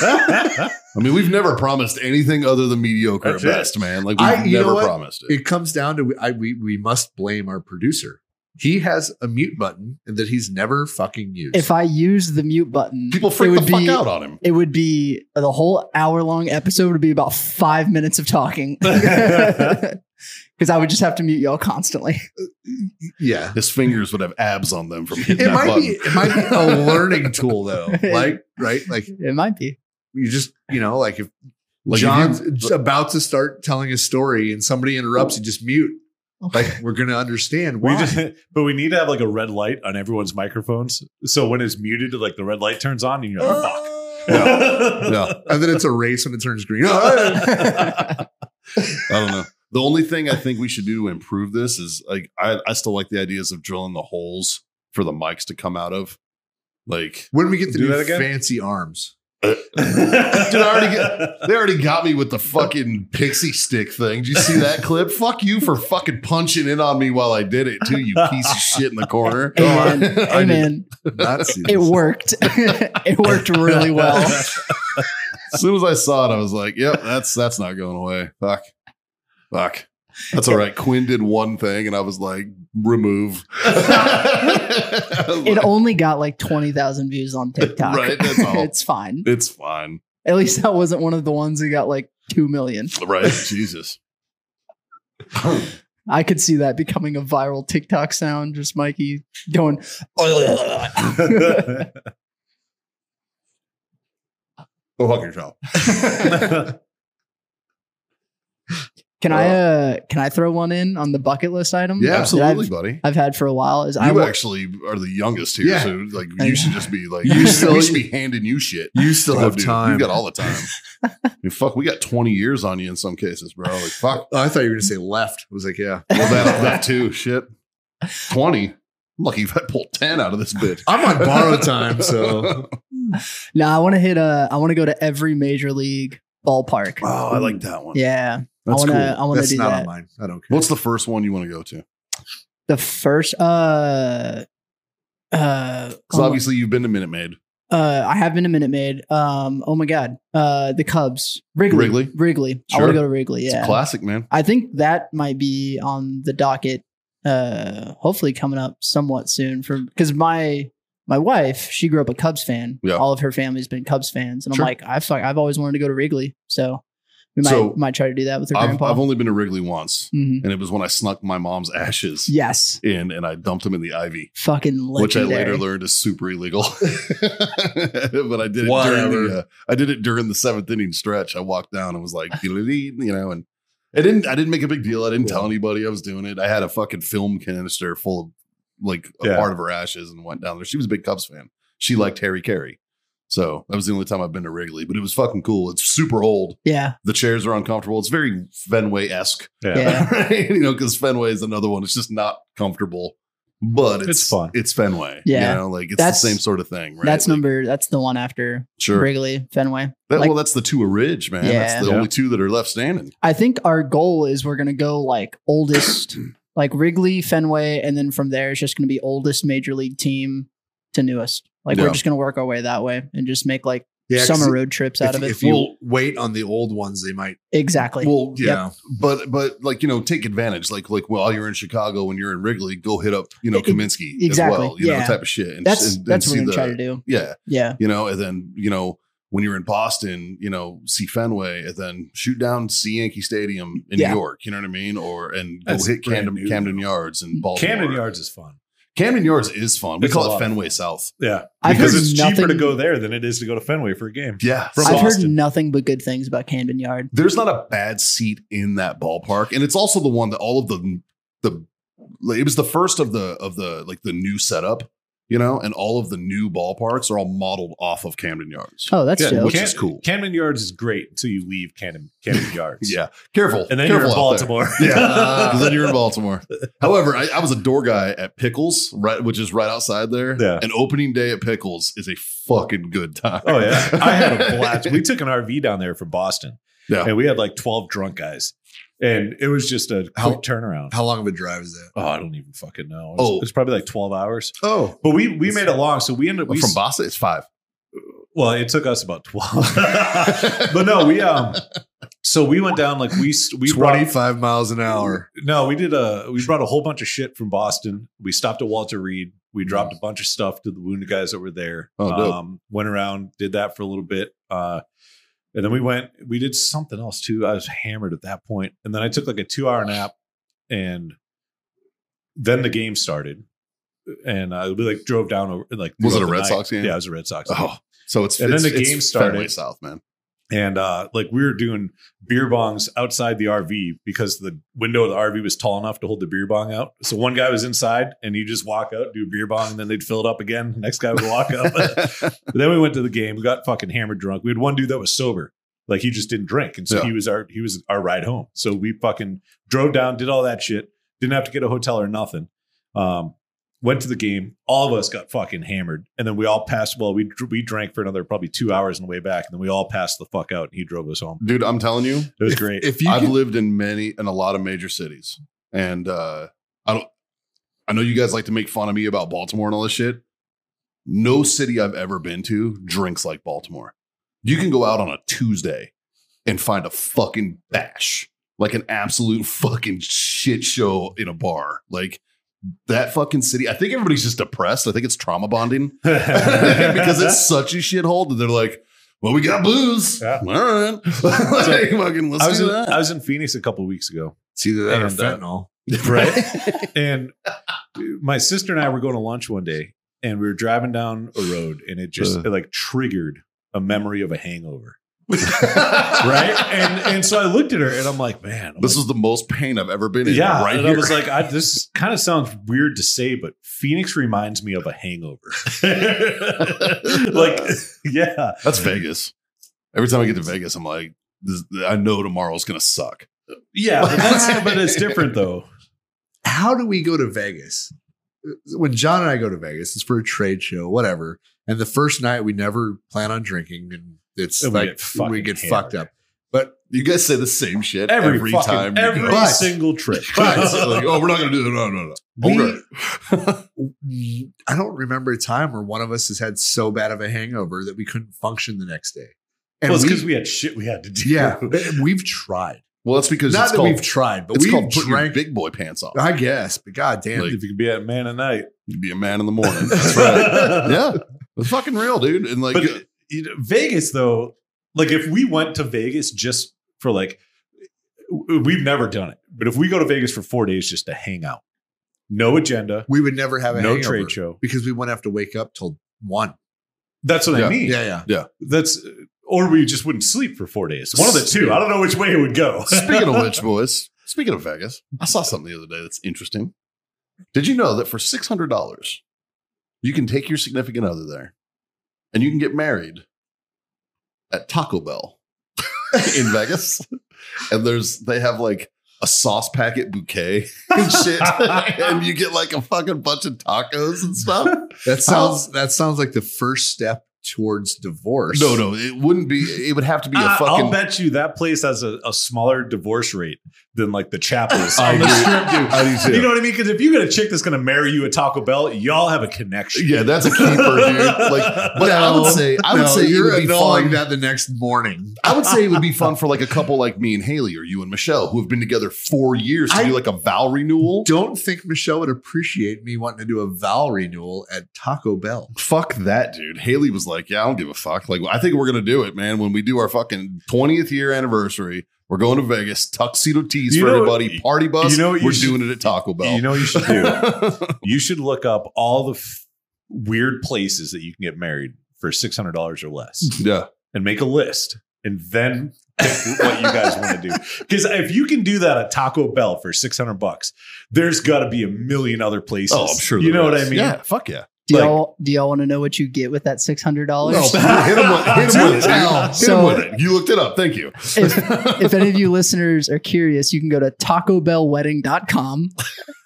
Speaker 1: I mean, we've never promised anything other than mediocre
Speaker 3: That's
Speaker 1: at
Speaker 3: it.
Speaker 1: best, man. Like we've
Speaker 2: I- you know
Speaker 1: never
Speaker 2: what?
Speaker 1: promised it.
Speaker 2: it comes down to I, we, we must blame our producer. He has a mute button that he's never fucking used.
Speaker 5: If I used the mute button,
Speaker 1: People
Speaker 5: it
Speaker 1: freak the
Speaker 5: would
Speaker 1: fuck
Speaker 5: be-
Speaker 1: out on him.
Speaker 5: It would be the whole hour long episode would be about five minutes of talking. Because I would just have to mute y'all constantly.
Speaker 2: yeah.
Speaker 1: His fingers would have abs on them from hitting
Speaker 2: It
Speaker 1: that
Speaker 2: might
Speaker 1: button.
Speaker 2: be it might be a learning tool though. Like, right? Like
Speaker 5: It might be.
Speaker 2: you just you know like if
Speaker 1: Like, if
Speaker 2: john's
Speaker 1: you-
Speaker 2: j- about to start telling a story and somebody interrupts you just mute like we're gonna understand why.
Speaker 3: We just, but we need to have like a red light on everyone's microphones. So when it's muted, like the red light turns on, and you're like, fuck.
Speaker 1: Yeah.
Speaker 2: and then it's a race when it turns green
Speaker 1: I don't know. The only thing I think we should do to improve this is like I, I still like the ideas of drilling the holes for the mics to come out of. Like
Speaker 2: when we get the
Speaker 3: Do that
Speaker 2: new
Speaker 3: again?
Speaker 2: fancy arms
Speaker 1: Dude, I already get- they already got me with the fucking pixie stick thing. Did you see that clip? Fuck you for fucking punching in on me while I did it too, you piece of shit in the corner.
Speaker 5: Hey, man.
Speaker 1: I
Speaker 5: Hey,
Speaker 1: did-
Speaker 5: man.
Speaker 2: not see this.
Speaker 5: It worked. it worked really well.
Speaker 1: As soon as I saw it, I was like, "Yep, that's that's not going away." Fuck, fuck. That's all right. Quinn did one thing, and I was like, "Remove." I was
Speaker 5: It
Speaker 1: like,
Speaker 5: only got like 20,000 views on TikTok.
Speaker 1: Right, that's all.
Speaker 5: it's fine.
Speaker 1: it's fine,
Speaker 5: At least that wasn't one of the ones that got like 2 million.
Speaker 1: right? Jesus.
Speaker 5: I could see that becoming a viral TikTok sound, just Mikey going,
Speaker 2: go fuck yourself
Speaker 5: Can I uh can I throw one in on the bucket list item?
Speaker 1: Yeah,
Speaker 5: that
Speaker 1: absolutely, buddy.
Speaker 5: I've, I've had for a while is I
Speaker 1: You
Speaker 5: wa-
Speaker 1: actually are the youngest here,
Speaker 2: Yeah.
Speaker 1: so like
Speaker 5: I
Speaker 1: you
Speaker 5: know.
Speaker 1: should just be like
Speaker 2: You
Speaker 1: you
Speaker 2: still-
Speaker 1: should be handing you shit.
Speaker 2: you still
Speaker 1: Oh,
Speaker 2: have
Speaker 1: dude,
Speaker 2: time
Speaker 1: You got all the time. I mean, fuck, we got twenty years on you in some cases, bro. Like fuck.
Speaker 2: Oh, i thought you were gonna say left I was like yeah
Speaker 1: Well, that, that too. Shit. Twenty. I'm lucky if I pulled ten out of this bitch.
Speaker 2: i'm on borrowed time so
Speaker 5: no, I want to hit uh I want to go to every major league ballpark.
Speaker 1: Oh, I like that one.
Speaker 5: Yeah,
Speaker 1: That's
Speaker 5: I want to
Speaker 1: cool.
Speaker 5: I want to
Speaker 2: that's
Speaker 5: do
Speaker 2: not
Speaker 5: that.
Speaker 2: on mine i don't care
Speaker 1: What's the first one you want to go to?
Speaker 5: The first uh uh,
Speaker 1: Because
Speaker 5: oh my-
Speaker 1: obviously you've been to Minute Maid.
Speaker 5: uh I have been a Minute Maid. Um oh my god. Uh the Cubs. Wrigley.
Speaker 1: Wrigley?
Speaker 5: Wrigley. I
Speaker 1: Sure.
Speaker 5: want to go to Wrigley,
Speaker 1: It's
Speaker 5: yeah.
Speaker 1: a classic, man.
Speaker 5: I think that might be on the docket uh, hopefully coming up somewhat soon. For because my my wife, she grew up a Cubs fan.
Speaker 1: Yeah.
Speaker 5: All of her family's been Cubs fans, and
Speaker 1: Sure.
Speaker 5: I'm like, I fuck, I've always wanted to go to Wrigley, so we might
Speaker 1: So,
Speaker 5: might try to do that with her
Speaker 1: I've,
Speaker 5: grandpa.
Speaker 1: I've only been to Wrigley once,
Speaker 5: Mhm.
Speaker 1: and it was when I snuck my mom's ashes
Speaker 5: Yes,
Speaker 1: in and I dumped them in the ivy,
Speaker 5: fucking
Speaker 1: which I
Speaker 5: legendary.
Speaker 1: later learned is super illegal. but I did it during the
Speaker 2: Whatever.
Speaker 1: uh, I did it during the seventh inning stretch. I walked down and was like, you know, and I didn't I didn't make a big deal. I didn't tell anybody I was doing it. I had a fucking film canister full of like a
Speaker 3: Yeah.
Speaker 1: part of her ashes and went down there. She was a big Cubs fan. She liked Harry Carey. So that was the only time I've been to Wrigley, but it was fucking cool. It's super old.
Speaker 5: Yeah,
Speaker 1: The chairs are uncomfortable. It's very Fenway esque,
Speaker 3: Yeah.
Speaker 5: Yeah.
Speaker 1: you know, because Fenway is another one. It's just not comfortable, but it's,
Speaker 3: It's fun.
Speaker 1: It's Fenway.
Speaker 5: Yeah.
Speaker 1: you know, like it's
Speaker 5: That's-
Speaker 1: the same sort of thing. Right?
Speaker 5: that's
Speaker 1: Like,
Speaker 5: number. That's the one after
Speaker 1: Sure.
Speaker 5: Wrigley Fenway.
Speaker 1: That-
Speaker 5: like-
Speaker 1: well, that's the two of Ridge, man.
Speaker 5: Yeah.
Speaker 1: That's the
Speaker 3: Yeah.
Speaker 1: only two that are left standing.
Speaker 5: I think our goal is we're gonna go like oldest, like Wrigley, Fenway, and then from there it's just gonna be oldest major league team to newest. Like
Speaker 1: Yeah.
Speaker 5: we're just gonna work our way that way and just make like
Speaker 2: Yeah, 'cause
Speaker 5: summer road trips
Speaker 2: if,
Speaker 5: out of it.
Speaker 2: if you wait on the old ones, they might.
Speaker 5: exactly.
Speaker 1: Well, yeah,
Speaker 2: Yeah,
Speaker 1: but but like you know, take advantage. Like like while you're in Chicago, when you're in Wrigley, go hit up you know
Speaker 5: E-
Speaker 1: Kaminsky
Speaker 5: exactly.
Speaker 1: as well, you know,
Speaker 5: Yeah.
Speaker 1: type of shit. And,
Speaker 5: that's
Speaker 1: and- and
Speaker 5: that's what
Speaker 1: see
Speaker 5: we're gonna
Speaker 1: the-
Speaker 5: try to do.
Speaker 1: Yeah,
Speaker 5: Yeah.
Speaker 1: you know, and then you know when you're in Boston, you know, see Fenway, and then shoot down see Yankee Stadium in
Speaker 5: Yeah.
Speaker 1: New York. You know what I mean? Or and go
Speaker 3: That's
Speaker 1: hit
Speaker 3: brand
Speaker 1: Camden,
Speaker 3: new.
Speaker 1: Camden Yards and Baltimore.
Speaker 3: Camden Yards is fun.
Speaker 1: Camden Yards is fun. We
Speaker 3: It's a
Speaker 1: call
Speaker 3: lot
Speaker 1: it
Speaker 3: of
Speaker 1: Fenway
Speaker 3: fun.
Speaker 1: South.
Speaker 3: Yeah.
Speaker 5: I've
Speaker 3: Because
Speaker 5: heard
Speaker 3: it's cheaper to
Speaker 5: nothing-
Speaker 3: go there than it is to go to Fenway for a game.
Speaker 1: Yeah,
Speaker 3: From
Speaker 5: I've heard
Speaker 3: Boston.
Speaker 5: nothing but good things about Camden Yard.
Speaker 1: there's not a bad seat in that ballpark and it's also the one that all of the the like, it was the first of the of the like the new setup you know and all of the new ballparks are all modeled off of camden yards
Speaker 5: Oh, that's
Speaker 3: Yeah,
Speaker 5: dope.
Speaker 1: which
Speaker 3: Cam-
Speaker 1: is cool
Speaker 3: Camden Yards is great until you leave Camden, Camden Yards.
Speaker 1: yeah careful
Speaker 3: And then
Speaker 1: careful
Speaker 3: you're in
Speaker 1: out there.
Speaker 3: Baltimore.
Speaker 1: Yeah, 'cause then you're in Baltimore. However, I, I was a door guy at Pickles, right, which is right outside there.
Speaker 3: Yeah.
Speaker 1: And opening day at Pickles is a fucking good time.
Speaker 3: Oh yeah, I had a blast. We took an RV down there from Boston,
Speaker 1: Yeah.
Speaker 3: and we had like twelve drunk guys, and it was just a quick
Speaker 2: How-
Speaker 3: turnaround.
Speaker 2: How long of a drive is that?
Speaker 3: oh, I don't even fucking know. It was,
Speaker 1: Oh.
Speaker 3: it was probably like twelve hours,
Speaker 2: Oh,
Speaker 3: but we we made it long, so we ended up we,
Speaker 1: From
Speaker 3: s-
Speaker 1: Boston, it's five.
Speaker 3: Well, it took us about twelve, but no, we um. So we went down like we s- we brought-
Speaker 2: twenty-five miles an hour.
Speaker 3: No, we did a we brought a whole bunch of shit from Boston. We stopped at Walter Reed. We dropped a bunch of stuff to the wounded guys that were there.
Speaker 1: Oh, dope.
Speaker 3: um, went around, did that for a little bit. Uh, and then we went, we did something else too. I was hammered at that point. And then I took like a two hour nap and then the game started. And uh, we like drove down over like
Speaker 1: Was it
Speaker 3: throughout
Speaker 1: a
Speaker 3: the
Speaker 1: Red
Speaker 3: night.
Speaker 1: Sox game?
Speaker 3: Yeah, it was a Red Sox. game.
Speaker 1: Oh, so it's
Speaker 3: And then
Speaker 1: it's-
Speaker 3: the
Speaker 1: it's
Speaker 3: game started.
Speaker 1: Fenway South, man.
Speaker 3: And uh, like we were doing beer bongs outside the RV because the window of the RV was tall enough to hold the beer bong out. So one guy was inside and you just walk out, do a beer bong, and then they'd fill it up again. Next guy would walk up. But then we went to the game. We got fucking hammered drunk. We had one dude that was sober. Like he just didn't drink. And so
Speaker 1: Yeah.
Speaker 3: he was our he was our ride home. So we fucking drove down, did all that shit, didn't have to get a hotel or nothing. Um, went to the game. All of us got fucking hammered, and then we all passed. Well, we dr- we drank for another probably two hours on the way back, and then we all passed the fuck out. And he drove us home.
Speaker 1: Dude, I'm telling you,
Speaker 3: It was
Speaker 2: If-
Speaker 3: great.
Speaker 2: If you
Speaker 1: I've
Speaker 2: can,
Speaker 1: lived in many in a lot of major cities, and uh, I don't. I know you guys like to make fun of me about Baltimore and all this shit. No city I've ever been to drinks like Baltimore. You can go out on a Tuesday and find a fucking bash, like an absolute fucking shit show in a bar. Like that fucking city. I think everybody's just depressed. I think it's trauma bonding because it's such a shithole that they're like, well, we got booze.
Speaker 3: Yeah.
Speaker 1: All right. Like, fucking, let's
Speaker 3: I was
Speaker 1: do
Speaker 3: in,
Speaker 1: that.
Speaker 3: I was in Phoenix a couple weeks ago,
Speaker 2: it's either that
Speaker 3: And,
Speaker 2: or
Speaker 3: uh,
Speaker 2: fentanyl.
Speaker 3: right? and my sister and I were going to lunch one day, and we were driving down a road, and it just
Speaker 1: Uh.
Speaker 3: it like triggered a memory of a hangover, right? and and so I looked at her, and I'm like, man, I'm
Speaker 1: this
Speaker 3: like,
Speaker 1: was the most pain I've ever been in.
Speaker 3: yeah,
Speaker 1: right
Speaker 3: and
Speaker 1: here.
Speaker 3: I was like, I, this kind of sounds weird to say, but Phoenix reminds me of a hangover. like, yeah,
Speaker 1: that's Vegas. Every time I get to Vegas, I'm like, this, I know tomorrow's gonna suck.
Speaker 3: yeah, but, that's, but it's different though.
Speaker 2: how do we go to Vegas? When John and I go to Vegas, it's for a trade show, whatever. And the first night we never plan on drinking, and it's
Speaker 3: And we
Speaker 2: like
Speaker 3: get fucking
Speaker 2: we get
Speaker 3: hammered.
Speaker 2: fucked up. But
Speaker 1: You guys say the same shit
Speaker 3: Every,
Speaker 1: every,
Speaker 3: fucking-
Speaker 1: time. you
Speaker 3: every
Speaker 1: go.
Speaker 2: But-
Speaker 3: single trip.
Speaker 1: Right. So like, oh, we're not gonna do that. No, no, no. Okay.
Speaker 2: we, I don't remember a time where one of us has had so bad of a hangover that we couldn't function the next day. And
Speaker 3: well, it's
Speaker 2: we-
Speaker 3: because we had shit we had to do.
Speaker 2: yeah, but we've tried.
Speaker 1: Well, that's because
Speaker 2: Not
Speaker 1: it's
Speaker 2: that
Speaker 1: called,
Speaker 2: we've tried, but
Speaker 1: it's
Speaker 2: we
Speaker 1: called putting your
Speaker 2: drank.
Speaker 1: big boy pants on.
Speaker 2: I guess, but goddamn,
Speaker 1: Like-
Speaker 3: if you could be at man at night.
Speaker 1: You'd be a man in the morning. That's right. yeah, it's fucking real, dude. And like,
Speaker 3: but you know, Vegas though, like if we went to Vegas just for like, w- we've never done it, but if we go to Vegas for four days just to hang out, no agenda,
Speaker 2: we would never have a
Speaker 3: no
Speaker 2: hangover
Speaker 3: trade show.
Speaker 2: because we wouldn't have to wake up till one.
Speaker 3: That's what
Speaker 1: Yeah.
Speaker 3: I mean.
Speaker 2: Yeah, yeah.
Speaker 3: That's or we just wouldn't sleep for four days. One of the two. I don't know which way it would go.
Speaker 1: Speaking of which, boys, speaking of Vegas, I saw something the other day that's interesting. Did you know that for $600, you can take your significant other there and you can get married at Taco Bell in Vegas? And there's, they have like a sauce packet bouquet and shit. and you get like a fucking bunch of tacos and stuff.
Speaker 2: That sounds that sounds like the first step towards divorce.
Speaker 1: No, no, it wouldn't be, it would have to be a
Speaker 3: I-
Speaker 1: fucking.
Speaker 3: I'll bet you that place has a, a smaller divorce rate than like the chapels
Speaker 1: I
Speaker 3: on the
Speaker 1: agree.
Speaker 3: strip, dude.
Speaker 1: How do you say
Speaker 3: You
Speaker 1: it?
Speaker 3: know what I mean? Because if you get a chick that's going to marry you at Taco Bell, y'all have a connection.
Speaker 1: yeah, that's a keeper, dude. Like, but I would
Speaker 2: No.
Speaker 1: say, I would
Speaker 2: No,
Speaker 1: say it
Speaker 2: you're
Speaker 1: would be
Speaker 2: annulling
Speaker 1: fun.
Speaker 2: that the next morning.
Speaker 1: I would say it would be fun for like a couple like me and Haley or you and Michelle who have been together four years to
Speaker 2: I-
Speaker 1: do like a vow renewal.
Speaker 2: Don't think Michelle would appreciate me wanting to do a vow renewal at Taco Bell.
Speaker 1: Fuck that, dude. Haley was like, "Yeah, I don't give a fuck. Like, I think we're gonna do it, man. When we do our fucking twentieth year anniversary, we're going to Vegas, tuxedo tees
Speaker 3: You
Speaker 1: for
Speaker 3: know-
Speaker 1: everybody, party bus.
Speaker 3: you know what you
Speaker 1: we're
Speaker 3: should-
Speaker 1: doing it at Taco Bell.
Speaker 3: You know what you should do? you should look up all the f- weird places that you can get married for $600 or less
Speaker 1: yeah,
Speaker 3: and make a list and then pick what you guys want to do. Because if you can do that at Taco Bell for 600 bucks, there's got to be a million other places.
Speaker 1: oh, I'm sure.
Speaker 3: You
Speaker 1: there
Speaker 3: know what
Speaker 1: is.
Speaker 3: I mean?
Speaker 1: Yeah, fuck yeah.
Speaker 5: Do
Speaker 3: Like-
Speaker 5: y'all do y'all want to know what you get with that six hundred
Speaker 2: Oh,
Speaker 5: dollars?
Speaker 1: hit him with, hit 'em with it. dude.
Speaker 5: Wow.
Speaker 1: Hit 'em
Speaker 5: So-
Speaker 1: with it. You looked it up. Thank you.
Speaker 5: If, if any of you listeners are curious, you can go to tacobellwedding.com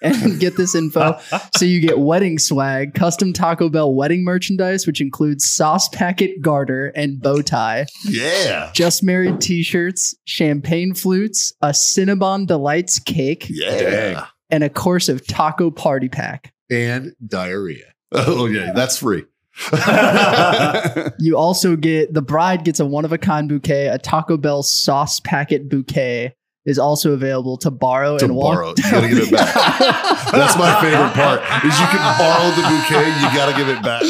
Speaker 5: and get this info. So you get wedding swag, custom Taco Bell wedding merchandise, which includes sauce packet garter and bow tie,
Speaker 1: yeah,
Speaker 5: just married t-shirts, champagne flutes, a Cinnabon Delights cake,
Speaker 1: yeah.
Speaker 3: Dang.
Speaker 5: and a course of taco party pack.
Speaker 2: And diarrhea.
Speaker 1: Oh yeah, that's free.
Speaker 5: You also get the bride gets a one of a kind bouquet. A Taco Bell sauce packet bouquet is also available to borrow
Speaker 1: to
Speaker 5: and
Speaker 1: borrow.
Speaker 5: walk.
Speaker 1: You gotta give it back. That's my favorite part. Is you can borrow the bouquet, you gotta give it back.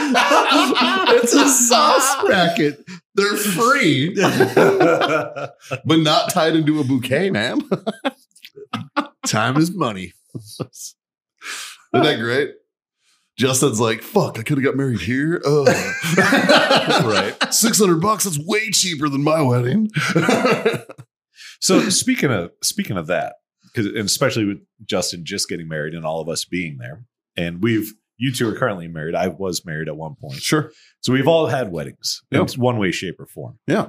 Speaker 2: it's a sauce packet. They're free.
Speaker 1: But not tied into a bouquet, ma'am. Isn't
Speaker 2: Time is money.
Speaker 1: that great? Justin's like, fuck, I could have got married here. Ugh. right. 600 bucks, that's way cheaper than my wedding.
Speaker 3: So speaking of speaking of that, because and especially with Justin just getting married and all of us being there, and we've you two are currently married. I was married at one point.
Speaker 1: sure.
Speaker 3: So we've all had weddings
Speaker 1: Yeah.
Speaker 3: in one way, shape, or form.
Speaker 1: Yeah.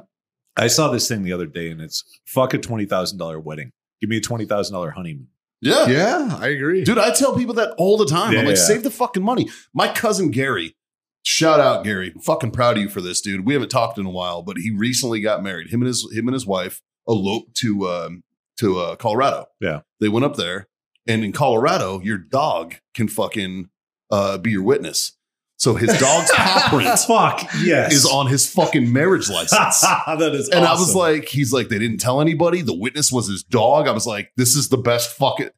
Speaker 3: I saw this thing the other day and it's fuck a twenty thousand dollar wedding. Give me a twenty thousand dollar honeymoon.
Speaker 1: Yeah.
Speaker 2: Yeah, I agree.
Speaker 1: Dude, I tell people that all the time. I'm
Speaker 3: Yeah,
Speaker 1: like,
Speaker 3: yeah.
Speaker 1: save the fucking money. My cousin Gary, shout out Gary. Fucking proud of you for this, dude. We haven't talked in a while, but he recently got married. Him and his him and his wife eloped to um to uh Colorado.
Speaker 3: Yeah.
Speaker 1: They went up there, and in Colorado, your dog can fucking uh be your witness. So his dog's paw print
Speaker 3: Fuck yes.
Speaker 1: is on his fucking marriage license.
Speaker 3: that is
Speaker 1: And I was
Speaker 3: awesome.
Speaker 1: like, he's like, they didn't tell anybody. The witness was his dog. I was like, this is the best fucking.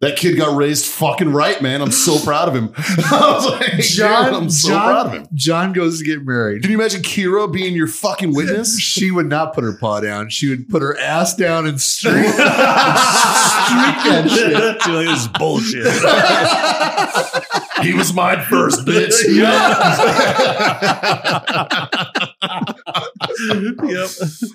Speaker 1: That kid got raised fucking right, man. I'm so proud of him. I was like, John, I'm so proud of him.
Speaker 2: John goes to get married.
Speaker 1: Can you imagine Kira being your fucking witness?
Speaker 2: She would not put her paw down. She would put her ass down and streak. streak that
Speaker 3: She's
Speaker 2: shit.
Speaker 3: like, this is bullshit.
Speaker 1: he was mine first, bitch.
Speaker 3: yep.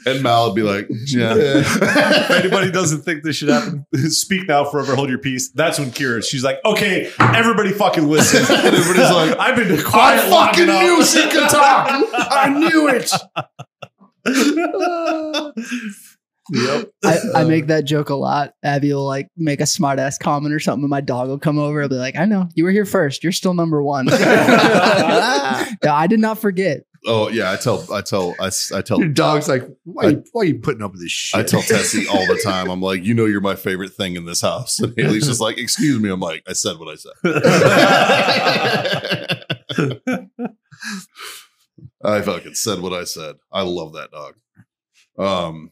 Speaker 1: and Mal would be like, yeah.
Speaker 3: if anybody doesn't think this should happen, speak now, forever hold your peace. That's when Kira, she's like, okay, everybody fucking listen.
Speaker 1: And everybody's like,
Speaker 3: I've been quiet.
Speaker 1: I
Speaker 3: long
Speaker 1: fucking
Speaker 3: enough.
Speaker 1: knew she could talk. I knew it.
Speaker 3: yep.
Speaker 5: I, I make that joke a lot. Abby will like make a smart ass comment or something, and my dog will come over. I'll be like, I know, you were here first. You're still number one. no, I did not forget.
Speaker 1: Oh yeah, I tell, I tell, I, s- I tell
Speaker 2: Your dog's like, why,
Speaker 1: I-
Speaker 2: you- why are you putting up with this shit?
Speaker 1: I tell Tessie all the time, I'm like, you know, you're my favorite thing in this house. And Haley's just like, excuse me. I'm like, I said what I said. I fucking said what I said. I love that dog. Um,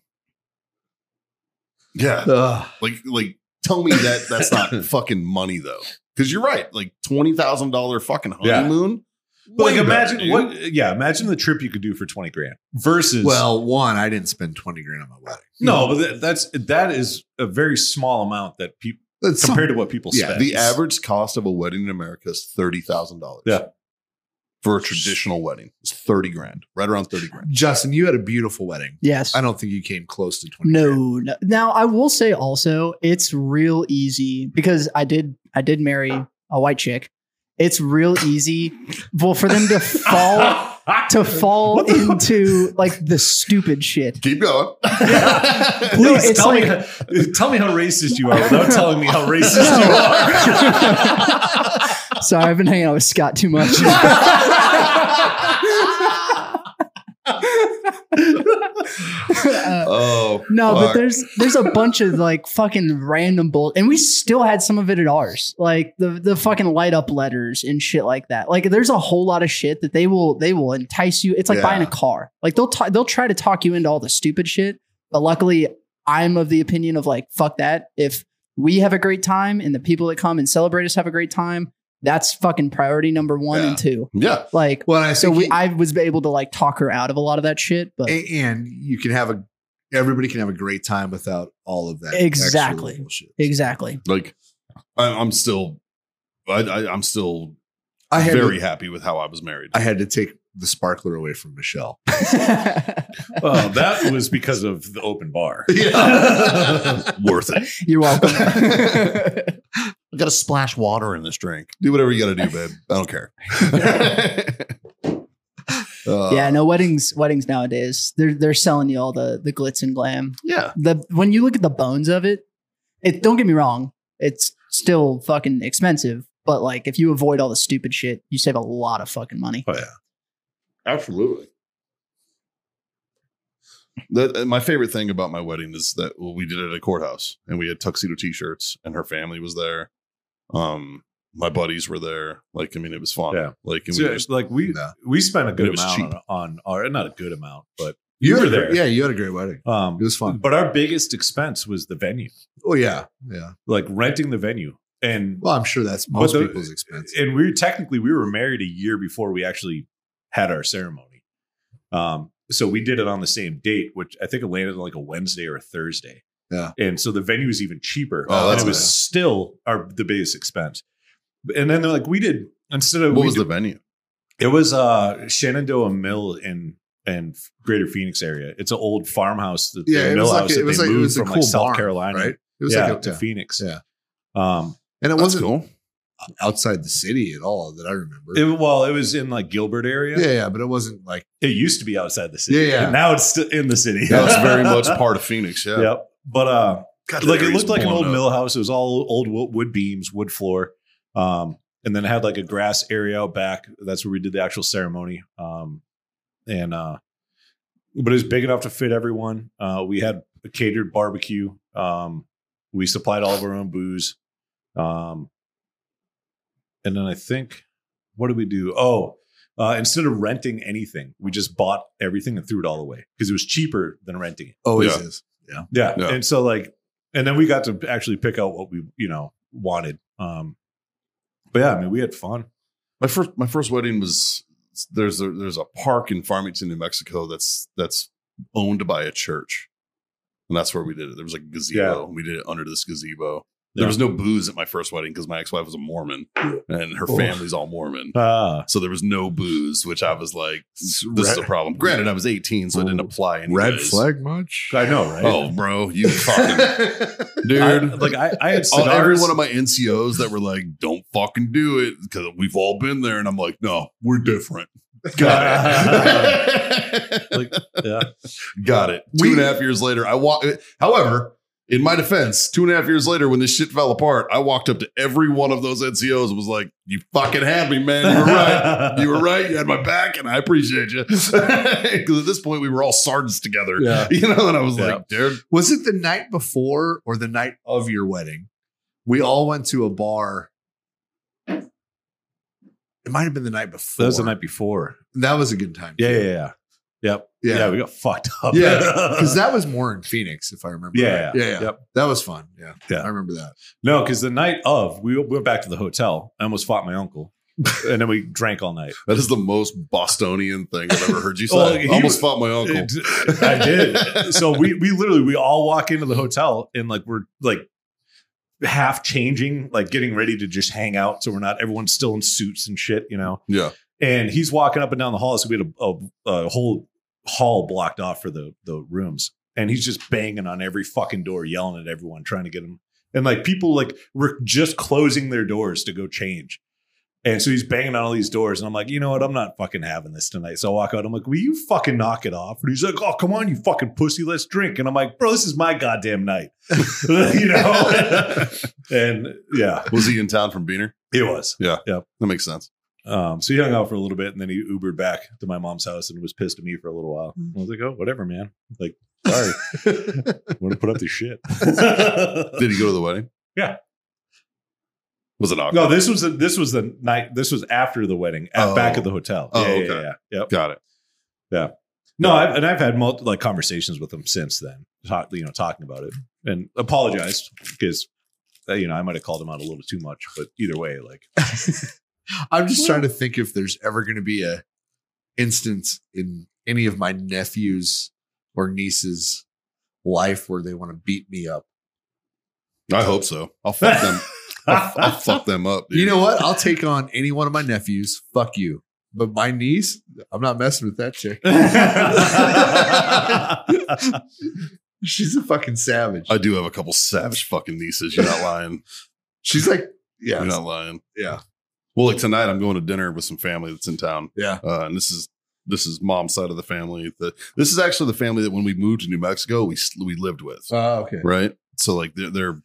Speaker 1: Yeah.
Speaker 2: Ugh.
Speaker 1: Like, like, tell me that that's not fucking money though, because you're right. Like twenty thousand dollar fucking
Speaker 3: Yeah.
Speaker 1: honeymoon.
Speaker 3: But like
Speaker 1: Way better,
Speaker 3: imagine
Speaker 1: dude.
Speaker 3: what yeah, imagine the trip you could do for 20 grand versus
Speaker 2: Well, one, I didn't spend twenty grand on my wedding.
Speaker 3: no, but that, that's that is a very small amount that people
Speaker 2: That's some-
Speaker 3: compared to what people
Speaker 2: Yeah,
Speaker 3: spend.
Speaker 1: The average cost of a wedding in America is thirty thousand dollars.
Speaker 3: Yeah.
Speaker 1: For a traditional wedding, it's thirty grand, right around thirty grand.
Speaker 2: Justin, you had a beautiful wedding.
Speaker 5: Yes.
Speaker 2: I don't think you came close to twenty. grand.
Speaker 5: No, no. Now I will say also, it's real easy because I did I did marry a white chick. It's real easy, well, for them to fall to fall
Speaker 3: What the-
Speaker 5: into like the stupid shit.
Speaker 1: Keep going.
Speaker 5: No,
Speaker 3: Please
Speaker 5: it's
Speaker 3: tell
Speaker 5: like-
Speaker 3: me how, tell me how racist you are without telling me how racist you are.
Speaker 5: Sorry, I've been hanging out with Scott too much. Uh,
Speaker 1: oh
Speaker 5: no, but
Speaker 1: fuck.
Speaker 5: there's there's a bunch of like fucking random bull, and we still had some of it at ours, like the the fucking light up letters and shit like that. Like there's a whole lot of shit that they will they will entice you. It's like
Speaker 1: Yeah.
Speaker 5: buying a car. Like they'll ta- they'll try to talk you into all the stupid shit, but luckily I'm of the opinion of like fuck that. If we have a great time and the people that come and celebrate us have a great time, that's fucking priority number one
Speaker 1: Yeah.
Speaker 5: and two.
Speaker 1: yeah.
Speaker 5: Like
Speaker 2: Well, and I
Speaker 5: so
Speaker 2: think
Speaker 5: we
Speaker 2: you-
Speaker 5: I was able to like talk her out of a lot of that shit, but
Speaker 2: a- and you can have a everybody can have a great time without all of that extra
Speaker 5: Exactly.
Speaker 2: bullshit.
Speaker 5: exactly.
Speaker 1: Like, I, I'm still, I, I, I'm still
Speaker 2: I had
Speaker 1: very
Speaker 2: to,
Speaker 1: happy with how I was married.
Speaker 2: I had to take the sparkler away from Michelle.
Speaker 3: well, that was because of the open bar.
Speaker 1: Yeah. Worth it.
Speaker 5: You're welcome.
Speaker 1: I got to splash water in this drink. Do whatever you got to do, babe. I don't care. Uh,
Speaker 5: yeah, no weddings. Weddings nowadays, they're they're selling you all the the glitz and glam.
Speaker 1: Yeah.
Speaker 5: The when you look at the bones of it, it don't get me wrong, it's still fucking expensive. But like, if you avoid all the stupid shit, you save a lot of fucking money.
Speaker 3: Oh yeah.
Speaker 1: Absolutely. That, uh, my favorite thing about my wedding is that well, we did it at a courthouse and we had tuxedo t-shirts and her family was there. Um, my buddies were there. Like, I mean, it was fun.
Speaker 3: Yeah.
Speaker 1: Like, and
Speaker 3: So,
Speaker 1: we just,
Speaker 3: like we
Speaker 2: No.
Speaker 3: we spent a good
Speaker 1: It was
Speaker 3: amount
Speaker 1: cheap.
Speaker 3: on, on our not a good amount, but
Speaker 2: You,
Speaker 3: were
Speaker 2: had a-
Speaker 3: there.
Speaker 2: Yeah, you had a great wedding.
Speaker 3: um
Speaker 2: It was fun.
Speaker 3: but our biggest expense was the venue,
Speaker 2: Oh yeah, yeah.
Speaker 3: like renting the venue. And
Speaker 2: Well, I'm sure that's most
Speaker 3: the-
Speaker 2: people's expense.
Speaker 3: and we were technically we were married a year before we actually had our ceremony. Um, so we did it on the same date, which I think it landed on like a Wednesday or a Thursday.
Speaker 2: Yeah.
Speaker 3: And so the venue was even cheaper.
Speaker 1: Oh,
Speaker 3: and
Speaker 1: that's
Speaker 3: it was
Speaker 1: nice.
Speaker 3: still our the biggest expense. And then like we did instead of
Speaker 1: what
Speaker 3: we
Speaker 1: was
Speaker 3: did-
Speaker 1: the venue?
Speaker 3: it was uh Shenandoah Mill in in Greater Phoenix area. It's an old farmhouse, the, the
Speaker 2: Yeah, it
Speaker 3: mill
Speaker 2: was like-
Speaker 3: house
Speaker 2: it
Speaker 3: that
Speaker 2: was
Speaker 3: they
Speaker 2: like- it
Speaker 3: moved
Speaker 2: was a
Speaker 3: from
Speaker 2: cool
Speaker 3: like South
Speaker 2: barn,
Speaker 3: Carolina
Speaker 2: right? It was
Speaker 3: yeah,
Speaker 2: like a,
Speaker 3: to Phoenix.
Speaker 2: yeah.
Speaker 3: Um,
Speaker 2: and it
Speaker 1: That's
Speaker 2: wasn't
Speaker 1: cool.
Speaker 2: outside the city at all that I remember.
Speaker 3: it, well, it was in like Gilbert area.
Speaker 2: yeah, yeah, but it wasn't like
Speaker 3: It used to be outside the city.
Speaker 2: Yeah, yeah.
Speaker 3: And now it's still in the city.
Speaker 1: That's very much part of Phoenix. Yeah.
Speaker 3: Yep. But uh,
Speaker 1: God,
Speaker 3: like it
Speaker 1: area's
Speaker 3: looked like an
Speaker 1: blown
Speaker 3: old
Speaker 1: up.
Speaker 3: mill house. It was all old wo- wood beams, wood floor, um, and then it had like a grass area out back. That's where we did the actual ceremony. Um, and uh, but it was big enough to fit everyone. Uh, we had a catered barbecue. Um, we supplied all of our own booze. Um, and then I think, what did we do? Oh, uh, instead of renting anything, we just bought everything and threw it all away because it was cheaper than renting it.
Speaker 2: always
Speaker 1: Yeah.
Speaker 2: is. Yeah.
Speaker 3: Yeah.
Speaker 1: Yeah.
Speaker 3: And so like and then we got to actually pick out what we, you know, wanted. Um but yeah, I mean we had fun.
Speaker 1: My first my first wedding was there's a there's a park in Farmington, New Mexico that's that's owned by a church. And that's where we did it. There was like a gazebo. We did it under this gazebo. There
Speaker 3: Yeah.
Speaker 1: was no booze at my first wedding because my ex-wife was a Mormon and her
Speaker 3: Oh.
Speaker 1: family's all Mormon.
Speaker 3: Uh
Speaker 1: So there was no booze, which I was like, this is a
Speaker 3: Red-
Speaker 1: problem. Granted, I was 18, so I didn't apply any.
Speaker 2: Red
Speaker 1: guys.
Speaker 2: flag much?
Speaker 3: I know, right?
Speaker 1: Oh, bro, you fucking dude.
Speaker 3: I, like I, I had
Speaker 1: all,
Speaker 3: cigars.
Speaker 1: every one of my NCOs that were like, "Don't fucking do it," because we've all been there, and I'm like, "No, we're different." Got it.
Speaker 3: Like- yeah.
Speaker 1: Got it. Two
Speaker 2: We-
Speaker 1: and a half years later, I walk. However, in my defense, two and a half years later, when this shit fell apart, I walked up to every one of those NCOs and was like, "You fucking had me, man. You were right. You were right. You had my back, and I appreciate you." Because at this point, we were all sergeants together.
Speaker 3: Yeah.
Speaker 1: You know, and I was like, "Dude,
Speaker 2: Was it the night before or the night of your wedding? We all went to a bar. It might have been the night before.
Speaker 3: That was the night before.
Speaker 2: That was a good time.
Speaker 3: Yeah,
Speaker 2: too.
Speaker 3: yeah, yeah. Yep. Yeah.
Speaker 2: Yeah.
Speaker 3: we got fucked up.
Speaker 2: Yeah, Because that was more in Phoenix, if I remember.
Speaker 3: Yeah.
Speaker 2: right. Yeah. yeah.
Speaker 3: Yep.
Speaker 2: That was fun. Yeah.
Speaker 3: Yeah.
Speaker 2: I remember that.
Speaker 3: No, because the night of, we went back to the hotel. I almost fought my uncle. and then we drank all night.
Speaker 1: That is the most Bostonian thing I've ever heard you say.
Speaker 3: Well,
Speaker 1: I
Speaker 3: he
Speaker 1: almost
Speaker 3: was-
Speaker 1: fought my uncle.
Speaker 3: It- I did. So we we literally we all walk into the hotel and like we're like half changing, like getting ready to just hang out. So we're not everyone's still in suits and shit, you know.
Speaker 1: Yeah.
Speaker 3: And he's walking up and down the hall. So we had a, a, a whole hall blocked off for the the rooms, and he's just banging on every fucking door, yelling at everyone, trying to get him. And like people like were just closing their doors to go change. And so he's banging on all these doors, and I'm like, you know what? I'm not fucking having this tonight. So I walk out. I'm like, will you fucking knock it off? And he's like, oh come on, you fucking pussy, let's drink. And I'm like, bro, this is my goddamn night, you know. and yeah,
Speaker 1: Was he in town from Beaner?
Speaker 3: it was.
Speaker 1: That makes sense.
Speaker 3: Um, so he hung out for a little bit and then he Ubered back to my mom's house and was pissed at me for a little while. I was like, oh, whatever, man. Like, sorry. I'm going to put up this shit.
Speaker 1: Did he go to the wedding?
Speaker 3: Yeah.
Speaker 1: Was it awkward?
Speaker 3: no, this was, the this was the night, this was after the wedding at
Speaker 1: Oh.
Speaker 3: back at the hotel.
Speaker 1: Oh,
Speaker 3: yeah, yeah,
Speaker 1: okay.
Speaker 3: yeah, yeah. Yep.
Speaker 1: Got it.
Speaker 3: No, I've, and I've had multi, like conversations with him since then, talk, you know, talking about it and apologized because, you know, I might have called him out a little too much, but either way, like,
Speaker 2: I'm just trying to think if there's ever going to be a instance in any of my nephews or nieces' life where they want to beat me up.
Speaker 1: I hope so. I'll fuck them. I'll, I'll fuck them up. Dude.
Speaker 2: You know what? I'll take on any one of my nephews. Fuck you. But my niece, I'm not messing with that chick. She's a fucking savage.
Speaker 1: I do have a couple savage fucking nieces. You're not lying.
Speaker 2: She's like, yeah,
Speaker 1: You're not lying.
Speaker 2: yeah.
Speaker 1: Well, like tonight, I'm going to dinner with some family that's in town.
Speaker 2: Yeah.
Speaker 1: Uh, and this is this is mom's side of the family. The, this is actually the family that when we moved to New Mexico, we s- we lived with.
Speaker 2: Oh, okay.
Speaker 1: right? So like they're, they're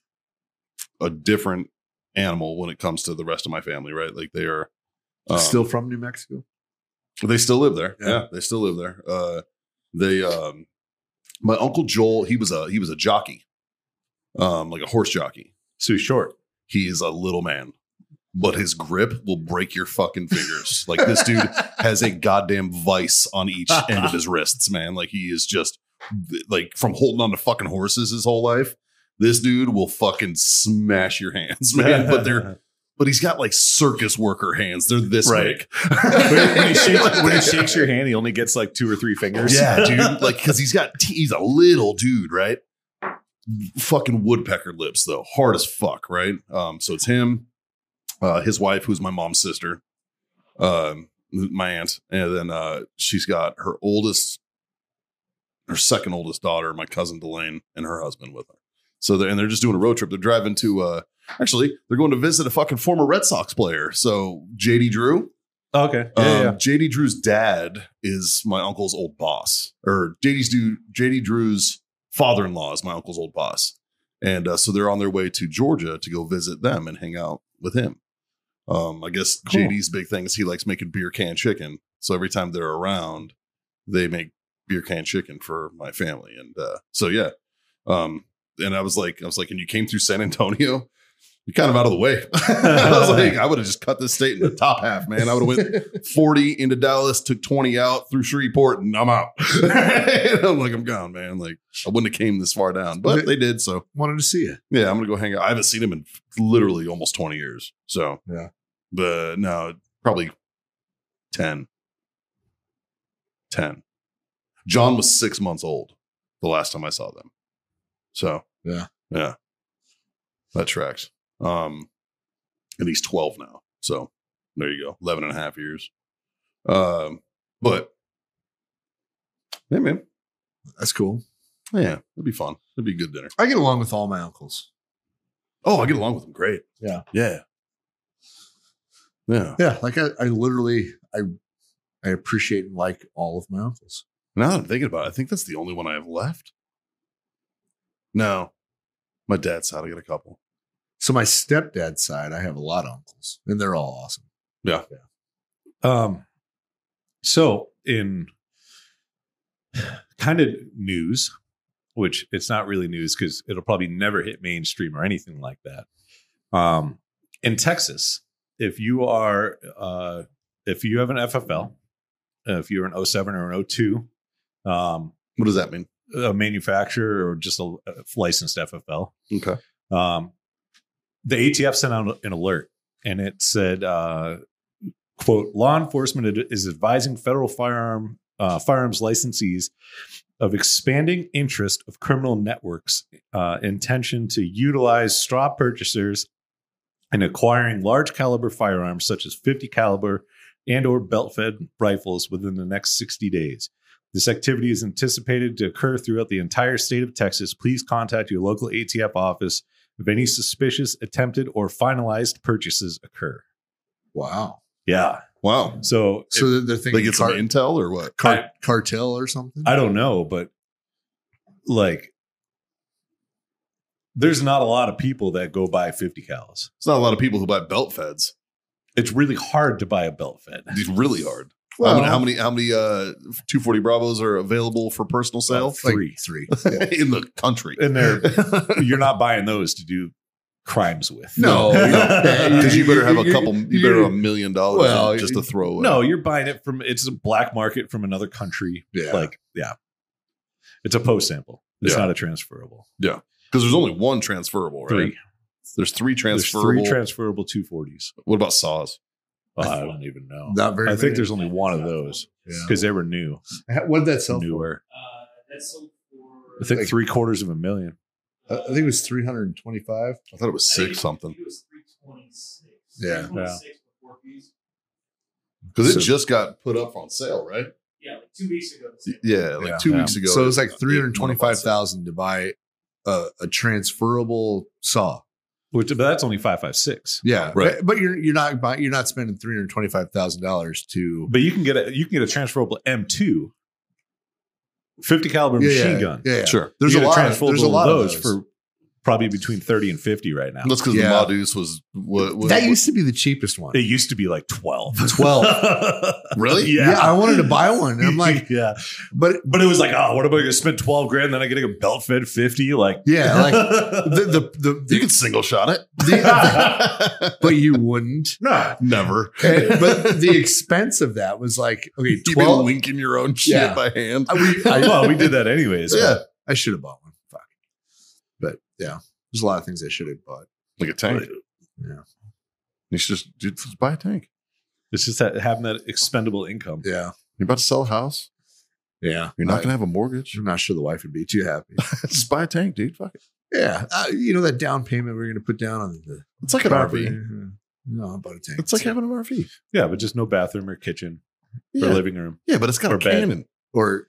Speaker 1: a different animal when it comes to the rest of my family, right? Like they are um,
Speaker 2: Still from New Mexico?
Speaker 1: they still live there. Yeah.
Speaker 2: Yeah.
Speaker 1: they still live there. Uh, they um, my uncle Joel he was a he was a jockey, um, like a horse jockey.
Speaker 3: so short.
Speaker 1: He is a little man, but his grip will break your fucking fingers. like this dude has a goddamn vice on each end of his wrists, man. Like he is just like from holding on to fucking horses his whole life. This dude will fucking smash your hands, man. But they're but he's got like circus worker hands. They're this
Speaker 3: Right.
Speaker 1: big.
Speaker 3: when, when he shakes, when he shakes your hand, he only gets like two or three fingers.
Speaker 1: Yeah, dude. Like, because he's got te- he's a little dude, right? Fucking woodpecker lips though, hard as fuck, right? Um, so it's him, uh, his wife, who's my mom's sister, um, my aunt, and then uh, she's got her oldest, her second oldest daughter, my cousin Delane, and her husband with her. So they're and they're just doing a road trip. They're driving to uh, actually they're going to visit a fucking former Red Sox player. So JD Drew,
Speaker 3: Okay. Yeah,
Speaker 1: um,
Speaker 3: yeah.
Speaker 1: JD Drew's dad is my uncle's old boss, or JD's do JD Drew's father-in-law is my uncle's old boss, and uh, so they're on their way to Georgia to go visit them and hang out with him. Um, I guess
Speaker 3: Cool.
Speaker 1: JD's big thing is he likes making beer can chicken, so every time they're around, they make beer can chicken for my family, and uh, so yeah. Um, and I was like, I was like, and you came through San Antonio. You're kind of out of the way. I was like, I would have just cut this state in the top half, man. I would have went 40 into Dallas, took 20 out through Shreveport, and I'm out. And I'm like, I'm gone, man. Like, I wouldn't have came this far down, but they did. So,
Speaker 2: Wanted to see you.
Speaker 1: yeah, I'm going to go hang out. I haven't seen him in literally almost 20 years. So,
Speaker 2: Yeah.
Speaker 1: But no, probably 10. 10. John was six months old the last time I saw them. So,
Speaker 2: Yeah.
Speaker 1: Yeah. That tracks. Um, and he's 12 now. So, there you go. 11 and a half years. Um, but, yeah, man.
Speaker 2: That's cool.
Speaker 1: Yeah, it'd be fun. It'd be a good dinner.
Speaker 2: I get along with all my uncles.
Speaker 1: Oh, I get along with him great.
Speaker 3: Yeah.
Speaker 1: Yeah. Yeah.
Speaker 2: Yeah, like I, I literally, I, I appreciate and like all of my uncles.
Speaker 1: Now that I'm thinking about it, I think that's the only one I have left. No. My dad's side, I got a couple.
Speaker 2: So my stepdad's side, I have a lot of uncles, and they're all awesome.
Speaker 3: Um, so in kind of news, which it's not really news because it'll probably never hit mainstream or anything like that. Um, in Texas, if you are, uh, if you have an FFL, uh, if you're an 07 or an 02, um,
Speaker 1: What does that mean?
Speaker 3: a manufacturer or just a a licensed FFL.
Speaker 1: Okay.
Speaker 3: um, the ATF sent out an alert and it said, uh, quote, law enforcement ad- is advising federal firearm uh, firearms licensees of expanding interest of criminal networks uh, intention to utilize straw purchasers in acquiring large caliber firearms such as 50 caliber and or belt-fed rifles within the next 60 days this activity is anticipated to occur throughout the entire state of texas please contact your local atf office if any suspicious attempted or finalized purchases occur.
Speaker 2: Wow.
Speaker 3: Yeah.
Speaker 1: Wow.
Speaker 3: So,
Speaker 2: So
Speaker 3: if-
Speaker 2: they're- they're thinking
Speaker 1: They get some
Speaker 2: car-
Speaker 1: intel or what?
Speaker 2: car-
Speaker 3: I-
Speaker 2: cartel or something.
Speaker 3: I don't know, but like there's not a lot of people that go buy 50 cals.
Speaker 1: It's not a lot of people who buy belt feds.
Speaker 3: It's really hard to buy a belt fed.
Speaker 1: It's really hard.
Speaker 2: Well,
Speaker 1: how many? How many? How many uh, 240 Bravos are available for personal sale
Speaker 2: like
Speaker 3: Three.
Speaker 2: three.
Speaker 1: in the country?
Speaker 3: And they're you're not buying those to do crimes with.
Speaker 2: No, no.
Speaker 1: because you better have a
Speaker 2: You're-
Speaker 1: couple. You
Speaker 2: you're-
Speaker 1: better have a million dollars
Speaker 2: Well,
Speaker 1: just to throw away.
Speaker 3: No, you're buying it from it's a black market from another country.
Speaker 2: Yeah.
Speaker 3: Like, yeah. It's a post sample. It's
Speaker 1: Yeah.
Speaker 3: not a transferable.
Speaker 1: because there's only one transferable. Right?
Speaker 3: Three.
Speaker 1: There's three
Speaker 3: There's
Speaker 1: transferable.
Speaker 3: three transferable 240s.
Speaker 1: what about saws?
Speaker 3: Oh, I don't even know.
Speaker 2: Not very.
Speaker 3: I think
Speaker 2: many.
Speaker 3: there's only one of those
Speaker 2: Yeah.
Speaker 3: because they were new,
Speaker 2: What did that sell? For?
Speaker 3: newer.
Speaker 6: Uh, that's sold for.
Speaker 3: I think
Speaker 2: Like-
Speaker 3: three quarters of a million.
Speaker 2: I I think it was three hundred and twenty-five.
Speaker 1: I thought it was
Speaker 6: I think
Speaker 1: six something
Speaker 6: It was 326.
Speaker 2: Yeah.
Speaker 6: 326 before fees.
Speaker 1: because
Speaker 3: So-
Speaker 1: it just got put up on sale, right?
Speaker 6: Yeah, like two weeks ago. this happened.
Speaker 1: Yeah, like
Speaker 2: Yeah.
Speaker 1: two
Speaker 3: Yeah.
Speaker 1: weeks ago.
Speaker 2: So it's like
Speaker 1: it-
Speaker 2: three hundred twenty-five thousand to buy a, a transferable saw.
Speaker 3: Which but that's only five five six.
Speaker 2: Yeah,
Speaker 1: Right.
Speaker 2: But, but you're you're not buying, you're not spending three hundred twenty-five thousand dollars to
Speaker 3: But you can get a you can get a transferable M two. 50 caliber
Speaker 2: Yeah,
Speaker 3: machine
Speaker 2: yeah,
Speaker 3: gun.
Speaker 2: Yeah, yeah.
Speaker 1: Sure,
Speaker 2: There's
Speaker 3: You
Speaker 2: a
Speaker 3: get
Speaker 2: lot. of-
Speaker 3: transferable
Speaker 2: there's a lot of those,
Speaker 3: for probably between 30 and 50 right now.
Speaker 1: that's because the
Speaker 2: Yeah.
Speaker 1: Modus was what, what
Speaker 2: that used to be the cheapest one.
Speaker 3: It used to be like 12.
Speaker 2: 12.
Speaker 1: really
Speaker 3: Yeah.
Speaker 2: Yeah, I wanted to buy one. And I'm like,
Speaker 3: yeah.
Speaker 2: but
Speaker 3: But it was like, oh, what am I going to spend 12 grand? Then I get a belt fed 50? Like,
Speaker 2: yeah, like the uh, the, the,
Speaker 1: You could single shot it.
Speaker 2: The- but you wouldn't.
Speaker 3: no.
Speaker 1: Never.
Speaker 2: And- but the expense of that was like okay,
Speaker 1: You've been
Speaker 2: twelve.
Speaker 1: winking your own shit
Speaker 2: Yeah.
Speaker 1: by hand.
Speaker 2: I, we, I,
Speaker 3: well, we did that anyways.
Speaker 1: yeah,
Speaker 2: I should have bought one. Fuck. But yeah, there's a lot of things I should have bought.
Speaker 1: like a tank.
Speaker 2: Yeah.
Speaker 1: You should just, dude, just buy a tank.
Speaker 3: It's just that having that expendable income.
Speaker 2: Yeah,
Speaker 1: You're about to sell a house.
Speaker 2: yeah.
Speaker 1: You're not
Speaker 2: I-
Speaker 1: going to have a mortgage.
Speaker 2: I'm not sure the wife would be too happy.
Speaker 1: just buy a tank, dude. Fuck it.
Speaker 2: Yeah, uh, you know that down payment we are going to put down on the
Speaker 1: It's like an
Speaker 2: property.
Speaker 1: RV.
Speaker 2: Mhm. No, I bought a tank.
Speaker 1: It's like having an RV.
Speaker 3: Yeah, but just no bathroom or kitchen
Speaker 1: Yeah,
Speaker 3: or living room.
Speaker 1: yeah but it's got
Speaker 3: or
Speaker 1: a
Speaker 3: bed.
Speaker 1: cannon.
Speaker 2: or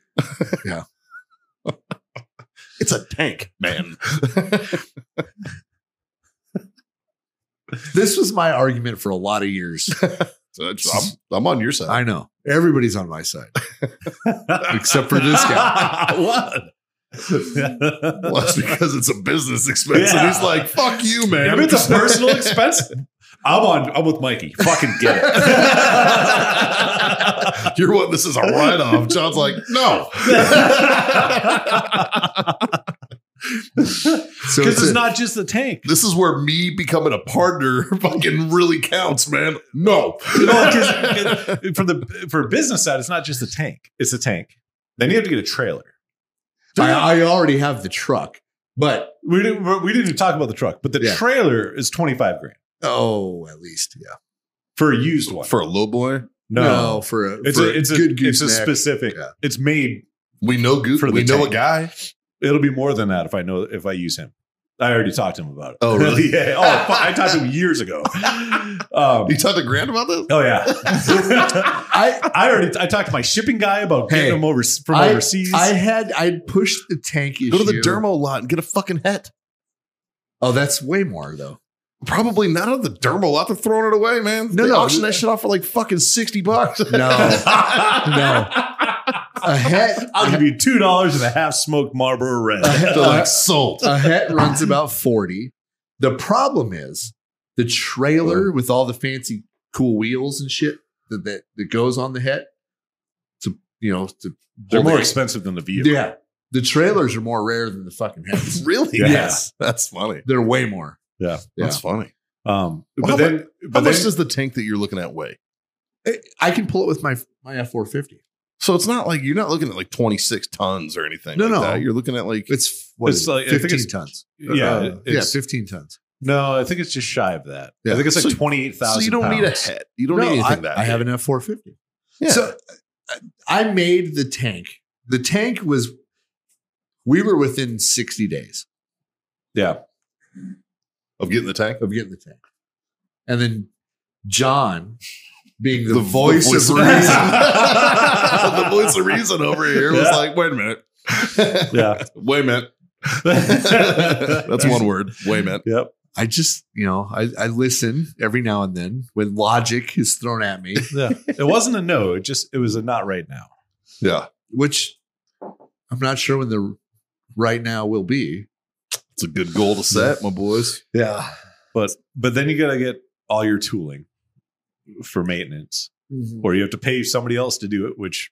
Speaker 1: It's a tank, man.
Speaker 2: this was my argument for a lot of years.
Speaker 1: So it's- I'm, I'm on your side.
Speaker 2: I know everybody's on my side except for this guy.
Speaker 3: what?
Speaker 1: Well, that's because it's a business expense.
Speaker 3: Yeah.
Speaker 1: And he's like, fuck you, man.
Speaker 3: if it's a personal expense, I'm on. I'm with Mikey. Fucking get it.
Speaker 1: You're what? This is a write off. John's like, no.
Speaker 2: So
Speaker 3: Because
Speaker 2: it's
Speaker 3: it's
Speaker 2: a-
Speaker 3: not just the tank.
Speaker 1: This is where me becoming a partner fucking really counts, man. No.
Speaker 3: You know, 'cause- 'cause for the for business side, it's not just the tank. It's the tank. Then you have to get a trailer.
Speaker 2: I, I already have the truck, but
Speaker 3: We didn't. We didn't even talk about the truck, but the
Speaker 2: Yeah.
Speaker 3: trailer is twenty five grand
Speaker 2: oh, at least yeah.
Speaker 3: for a used one.
Speaker 1: For a low boy,
Speaker 3: no,
Speaker 2: for a
Speaker 3: It's
Speaker 2: for
Speaker 3: a it's a
Speaker 2: good
Speaker 3: it's a
Speaker 2: gooseneck.
Speaker 3: specific.
Speaker 2: Yeah.
Speaker 3: It's made.
Speaker 1: we know good.
Speaker 3: For the
Speaker 1: We know
Speaker 3: tank.
Speaker 1: a guy.
Speaker 3: It'll be more than that if I know if I use him. I already talked to him about it.
Speaker 1: Oh, really?
Speaker 3: yeah. Oh, fu- I talked to him years ago. Um,
Speaker 1: You talked to Grant about this?
Speaker 3: oh yeah. I I already I talked to my shipping guy about getting
Speaker 2: Hey,
Speaker 3: him over from overseas.
Speaker 2: I had I pushed the tank issue.
Speaker 1: Go to the dermo lot and get a fucking het.
Speaker 2: Oh, that's way more though.
Speaker 1: Probably not out of the dermo lot. They're throwing it away, man.
Speaker 2: No,
Speaker 1: they
Speaker 2: no.
Speaker 1: auction that shit off for like fucking 60 bucks.
Speaker 2: No, no. A hat.
Speaker 3: I'll give you two dollars and a half smoked Marlboro Red.
Speaker 2: A hat,
Speaker 1: They're like sold.
Speaker 2: a hat runs about 40. The problem is the trailer with all the fancy cool wheels and shit that that, that goes on the hat. To you know, to
Speaker 3: They're
Speaker 2: hold
Speaker 3: more
Speaker 2: it.
Speaker 3: expensive than the vehicle.
Speaker 2: Yeah. The trailers are more rare than the fucking hats.
Speaker 1: Really?
Speaker 3: Yeah.
Speaker 1: That's funny.
Speaker 2: They're way more.
Speaker 3: Yeah.
Speaker 2: Yeah.
Speaker 1: That's funny.
Speaker 3: Um,
Speaker 1: Well,
Speaker 3: but
Speaker 1: how
Speaker 3: then, but
Speaker 1: How much
Speaker 3: then-
Speaker 1: does the tank that you're looking at weigh?
Speaker 2: I- I can pull it with my my F450.
Speaker 1: So it's not like you're not looking at like 26 tons or anything.
Speaker 2: No,
Speaker 1: like
Speaker 2: no.
Speaker 1: that. You're looking at like
Speaker 2: It's what
Speaker 3: It's
Speaker 2: is it?
Speaker 3: like- I think
Speaker 2: fifteen
Speaker 3: it's-
Speaker 2: tons.
Speaker 3: yeah,
Speaker 2: Uh, yeah,
Speaker 3: it's-
Speaker 2: fifteen tons.
Speaker 3: No, I think it's just shy of that.
Speaker 2: Yeah.
Speaker 3: I think it's like
Speaker 1: So-
Speaker 3: twenty eight thousand.
Speaker 1: so you don't need a head. You don't
Speaker 2: No,
Speaker 1: need anything
Speaker 2: I,
Speaker 1: that.
Speaker 2: I
Speaker 1: big.
Speaker 2: have an F four fifty.
Speaker 1: Yeah.
Speaker 2: So I- I made the tank. The tank was. We were within sixty days
Speaker 3: Yeah,
Speaker 1: of getting the tank.
Speaker 2: of getting the tank, and then John, being the,
Speaker 1: The
Speaker 2: voice,
Speaker 1: voice
Speaker 2: of
Speaker 1: of
Speaker 2: reason,
Speaker 1: the voice of reason over here was
Speaker 3: Yeah.
Speaker 1: like, wait a minute.
Speaker 3: yeah.
Speaker 1: wait a minute. That's one word. Wait a minute.
Speaker 3: Yep.
Speaker 2: I just, you know, I, I listen every now and then when logic is thrown at me,
Speaker 3: Yeah. It wasn't a no. It just it was a not right now.
Speaker 1: Yeah.
Speaker 2: which I'm not sure when the right now will be.
Speaker 1: It's a good goal to set, my boys.
Speaker 2: Yeah.
Speaker 3: But but then you gotta get all your tooling for maintenance,
Speaker 1: Mm-hmm.
Speaker 3: or you have to pay somebody else to do it, which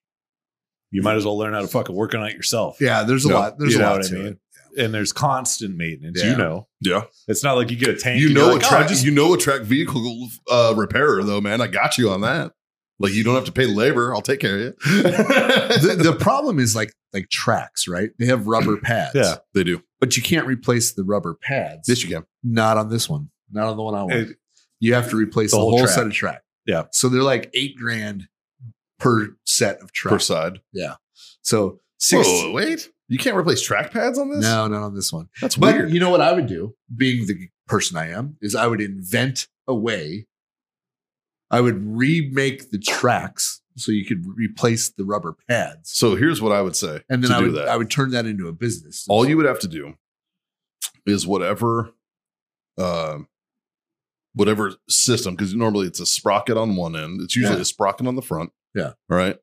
Speaker 3: you might as well learn how to fucking work on it yourself.
Speaker 2: Yeah. There's a
Speaker 1: No,
Speaker 2: lot. There's
Speaker 3: you
Speaker 2: a
Speaker 3: know
Speaker 2: lot
Speaker 3: what I
Speaker 2: to
Speaker 3: mean?
Speaker 2: it.
Speaker 3: And there's constant maintenance.
Speaker 2: Yeah.
Speaker 3: You know,
Speaker 1: Yeah.
Speaker 3: it's not like you get a tank.
Speaker 1: You
Speaker 3: and you're
Speaker 1: know a
Speaker 3: like, "Oh,
Speaker 1: track
Speaker 3: just-
Speaker 1: you know a track vehicle uh, repairer though, man. I got you on that. Like you don't have to pay labor. I'll take care of you.
Speaker 2: the, the problem is like, like tracks, right? They have rubber pads.
Speaker 3: Yeah.
Speaker 1: they do.
Speaker 2: But you can't replace the rubber pads.
Speaker 1: Yes, you can.
Speaker 2: not on this one. Not on the one I want.
Speaker 3: It-
Speaker 2: you have to replace
Speaker 3: The
Speaker 2: the,
Speaker 3: whole
Speaker 2: whole
Speaker 3: track.
Speaker 2: set of track.
Speaker 3: Yeah.
Speaker 2: So they're like eight grand per set of track.
Speaker 1: Per side.
Speaker 2: So six.
Speaker 1: Whoa, wait. You can't replace track pads on this?
Speaker 2: No, not on this one.
Speaker 1: That's
Speaker 2: But
Speaker 1: weird.
Speaker 2: you know what I would do, being the person I am, is I would invent a way. I would remake the tracks so you could replace the rubber pads,
Speaker 1: So here's what I would say.
Speaker 2: and then
Speaker 1: to
Speaker 2: I
Speaker 1: do
Speaker 2: would
Speaker 1: that.
Speaker 2: I would turn that into a business.
Speaker 1: all you would have to do is whatever uh, whatever system because normally it's a sprocket on one end it's usually
Speaker 2: Yeah.
Speaker 1: a sprocket on the front
Speaker 2: Yeah.
Speaker 1: all right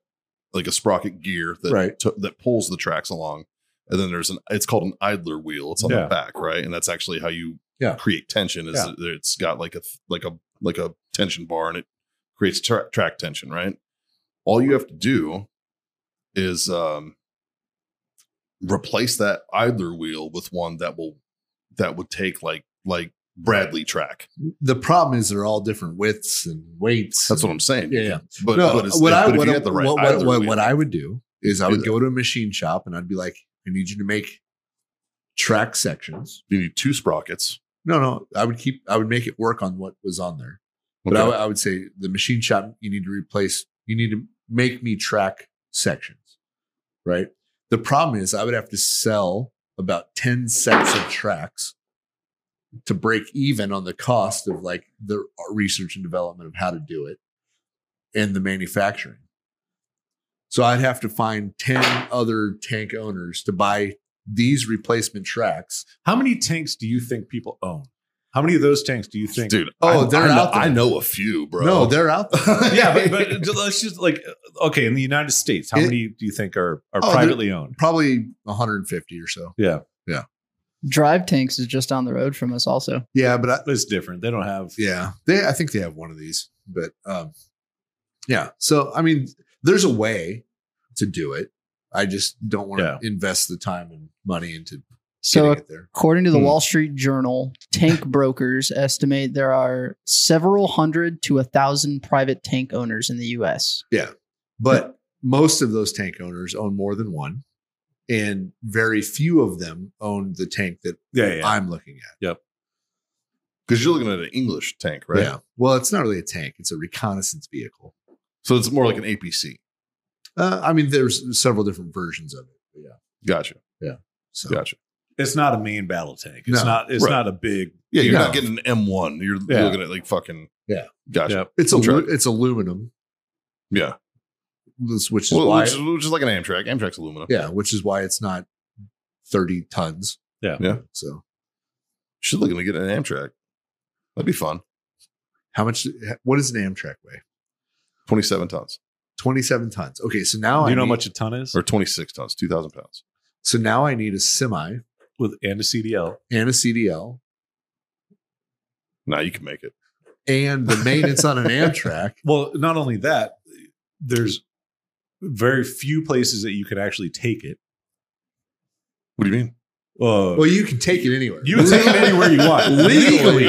Speaker 1: like a sprocket gear that
Speaker 2: Right.
Speaker 1: to- that pulls the tracks along and then there's an it's called an idler wheel it's on
Speaker 3: Yeah.
Speaker 1: the back right and that's actually how you
Speaker 2: Yeah.
Speaker 1: create tension is
Speaker 3: Yeah.
Speaker 1: that it's got like a th- like a like a tension bar and it creates tra- track tension right all you have to do is um replace that idler wheel with one that will that would take like like Bradley track.
Speaker 2: the problem is they're all different widths and weights.
Speaker 1: That's what I'm saying.
Speaker 2: yeah, yeah.
Speaker 1: But,
Speaker 2: no,
Speaker 1: but, it's,
Speaker 2: what I
Speaker 1: but
Speaker 2: what,
Speaker 1: if you
Speaker 2: I-
Speaker 1: had the right
Speaker 2: what,
Speaker 1: idler
Speaker 2: what, what,
Speaker 1: wheel-
Speaker 2: what I would do is I
Speaker 1: Do
Speaker 2: would
Speaker 1: that.
Speaker 2: go to a machine shop and I'd be like, I need you to make track sections.
Speaker 1: you need two sprockets.
Speaker 2: No, no, I would keep I would make it work on what was on there. But I
Speaker 1: Okay.
Speaker 2: would- I would say the machine shop, you need to replace, you need to make me track sections, right? The problem is I would have to sell about 10 sets of tracks to break even on the cost of like the research and development of how to do it and the manufacturing. So I'd have to find 10 other tank owners to buy these replacement tracks.
Speaker 3: how many tanks do you think people own? How many of those tanks do you think?
Speaker 1: dude.
Speaker 2: Oh,
Speaker 1: I,
Speaker 2: they're
Speaker 1: I know,
Speaker 2: out there.
Speaker 1: I know a few, bro.
Speaker 2: No, they're out there.
Speaker 3: yeah, but, but just- let's just like okay, in the United States, how
Speaker 2: It-
Speaker 3: many do you think are are
Speaker 2: Oh, there-
Speaker 3: privately owned?
Speaker 2: probably 150 or so.
Speaker 3: Yeah,
Speaker 5: Drive tanks is just down the road from us, also.
Speaker 2: Yeah, but I,
Speaker 3: it's different. They don't have
Speaker 2: Yeah, they. I think they have one of these, but um, yeah. So I mean, there's a way to do it. I just don't want to invest the time and money into
Speaker 5: So,
Speaker 2: getting it there.
Speaker 5: according to the
Speaker 1: Hmm.
Speaker 5: Wall Street Journal, tank brokers estimate there are several hundred to a thousand private tank owners in the U.S.
Speaker 2: But most of those tank owners own more than one, and very few of them own the tank that
Speaker 3: yeah, yeah.
Speaker 2: I'm looking at.
Speaker 1: because you're looking at an English tank, right?
Speaker 2: Yeah. Well, it's not really a tank; it's a reconnaissance vehicle.
Speaker 1: So it's more like an APC.
Speaker 2: Uh, I mean, there's several different versions of it. but Yeah.
Speaker 1: Gotcha.
Speaker 2: So
Speaker 1: Gotcha.
Speaker 3: it's not a main battle tank. It's
Speaker 2: No.
Speaker 3: not. It's
Speaker 1: Right.
Speaker 3: not a big.
Speaker 1: Yeah, you're
Speaker 2: Yeah.
Speaker 1: not getting an M1. You're, you're
Speaker 3: Yeah.
Speaker 1: looking at like fucking.
Speaker 2: Yeah.
Speaker 1: Gotcha.
Speaker 3: Yeah.
Speaker 2: it's a
Speaker 1: We'll try it.
Speaker 2: it's aluminum,
Speaker 1: Yeah.
Speaker 2: which is
Speaker 1: Well,
Speaker 2: why
Speaker 1: Which, is, which is like an Amtrak. Amtrak's aluminum.
Speaker 2: Yeah, which is why it's not 30 tons.
Speaker 3: Yeah.
Speaker 1: Yeah.
Speaker 2: So
Speaker 1: She's looking to get an Amtrak. That'd be fun.
Speaker 2: how much what does an Amtrak weigh?
Speaker 1: 27 tons
Speaker 2: 27 tons. Okay, so now
Speaker 3: Do
Speaker 2: I
Speaker 3: you know how
Speaker 2: need,
Speaker 3: much a ton is
Speaker 1: or 26 tons, 2,000 pounds.
Speaker 2: so now I need a semi
Speaker 3: with and a CDL?
Speaker 2: and a CDL
Speaker 1: Now you can make it.
Speaker 2: and the maintenance on an Amtrak.
Speaker 3: Well, not only that, there's very few places that you can actually take it.
Speaker 1: What do you mean?
Speaker 3: Uh,
Speaker 2: Well, you can take it anywhere.
Speaker 3: you can take it anywhere you want
Speaker 2: legally.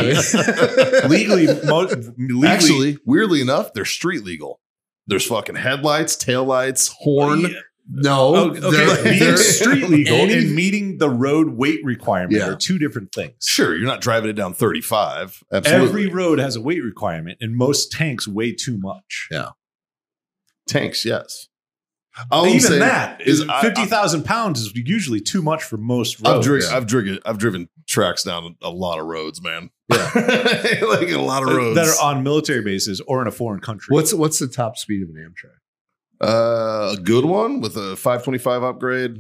Speaker 3: legally. Mo- legally,
Speaker 1: Actually, weirdly enough, they're street legal. There's fucking headlights, taillights, horn.
Speaker 3: Yeah.
Speaker 2: No,
Speaker 3: Oh, okay.
Speaker 2: they're-
Speaker 3: being
Speaker 2: they're-
Speaker 3: street legal
Speaker 2: any-
Speaker 3: and meeting the road weight requirement
Speaker 2: Yeah.
Speaker 3: are two different things.
Speaker 1: Sure, you're not driving it down 35. Absolutely.
Speaker 3: Every road has a weight requirement, and most tanks weigh too much.
Speaker 1: Tanks, yes. All I'm
Speaker 3: Even
Speaker 1: saying
Speaker 3: that
Speaker 1: is
Speaker 3: is
Speaker 1: I-
Speaker 3: fifty thousand pounds is usually too much for most
Speaker 1: I've
Speaker 3: roads.
Speaker 1: driven, I've driven, I've driven tracks down a lot of roads, man. like a lot of roads
Speaker 3: that are on military bases or in a foreign country.
Speaker 2: What's what's the top speed of an Amtrak?
Speaker 1: Uh, a good one with a 525 upgrade,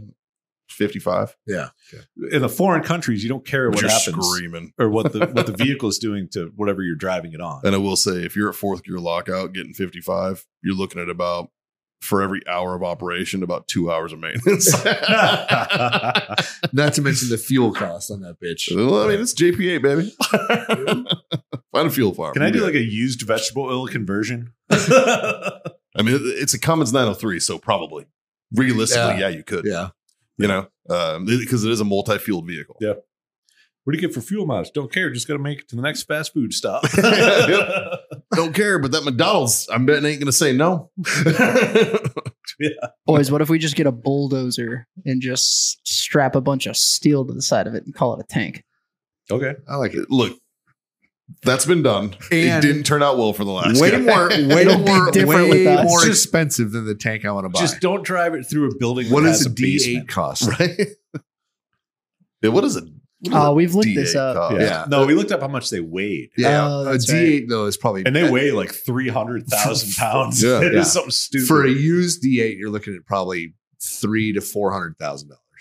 Speaker 1: 55.
Speaker 3: in the foreign countries? You don't care what
Speaker 1: You're
Speaker 3: happens
Speaker 1: screaming.
Speaker 3: or what the what the vehicle is doing to whatever you're driving it on.
Speaker 1: And I will say, if you're at fourth gear lockout getting 55, you're looking at about for every hour of operation, about two hours of maintenance. I
Speaker 2: Not to mention the fuel cost on that bitch.
Speaker 1: mean, it's JPA, baby. Find a fuel farm.
Speaker 3: Can I
Speaker 1: You
Speaker 3: do
Speaker 1: got
Speaker 3: like a used vegetable oil conversion?
Speaker 1: it. I mean, it- it's a Cummins 903, so probably realistically, yeah, you could.
Speaker 2: yeah,
Speaker 1: You know, because it is a multi fueled vehicle.
Speaker 3: Yeah. What do you get for fuel mileage? Don't care. Just got to make it to the next fast food stop.
Speaker 1: Yep. Don't care, but that McDonald's, I'm betting ain't going to say no.
Speaker 5: Boys, what if we just get a bulldozer and just strap a bunch of steel to the side of it and call it a tank?
Speaker 3: Okay.
Speaker 2: I like it.
Speaker 1: Look, that's been done. it
Speaker 2: And-
Speaker 1: didn't turn out well for the last
Speaker 2: Way
Speaker 1: guy.
Speaker 2: more, way
Speaker 5: It'll be
Speaker 2: more,
Speaker 5: different
Speaker 2: way
Speaker 5: with us.
Speaker 2: more
Speaker 3: Just-
Speaker 2: expensive than the tank I want to buy.
Speaker 3: Just don't drive it through a building.
Speaker 2: what
Speaker 3: that
Speaker 2: does
Speaker 3: has
Speaker 2: a
Speaker 3: a
Speaker 2: D eight
Speaker 3: basement.
Speaker 2: cost?
Speaker 1: right? yeah, what is it?
Speaker 5: Oh, we've looked this up.
Speaker 1: Yeah.
Speaker 2: Yeah,
Speaker 3: No, we looked up how much they weighed,
Speaker 2: yeah.
Speaker 5: Oh,
Speaker 2: a
Speaker 5: that's
Speaker 2: D eight though is probably
Speaker 3: and they weigh like three hundred thousand pounds.
Speaker 1: Yeah.
Speaker 3: It
Speaker 2: Yeah.
Speaker 3: is something stupid.
Speaker 2: for a used D eight. You're looking at probably three to four hundred thousand dollars.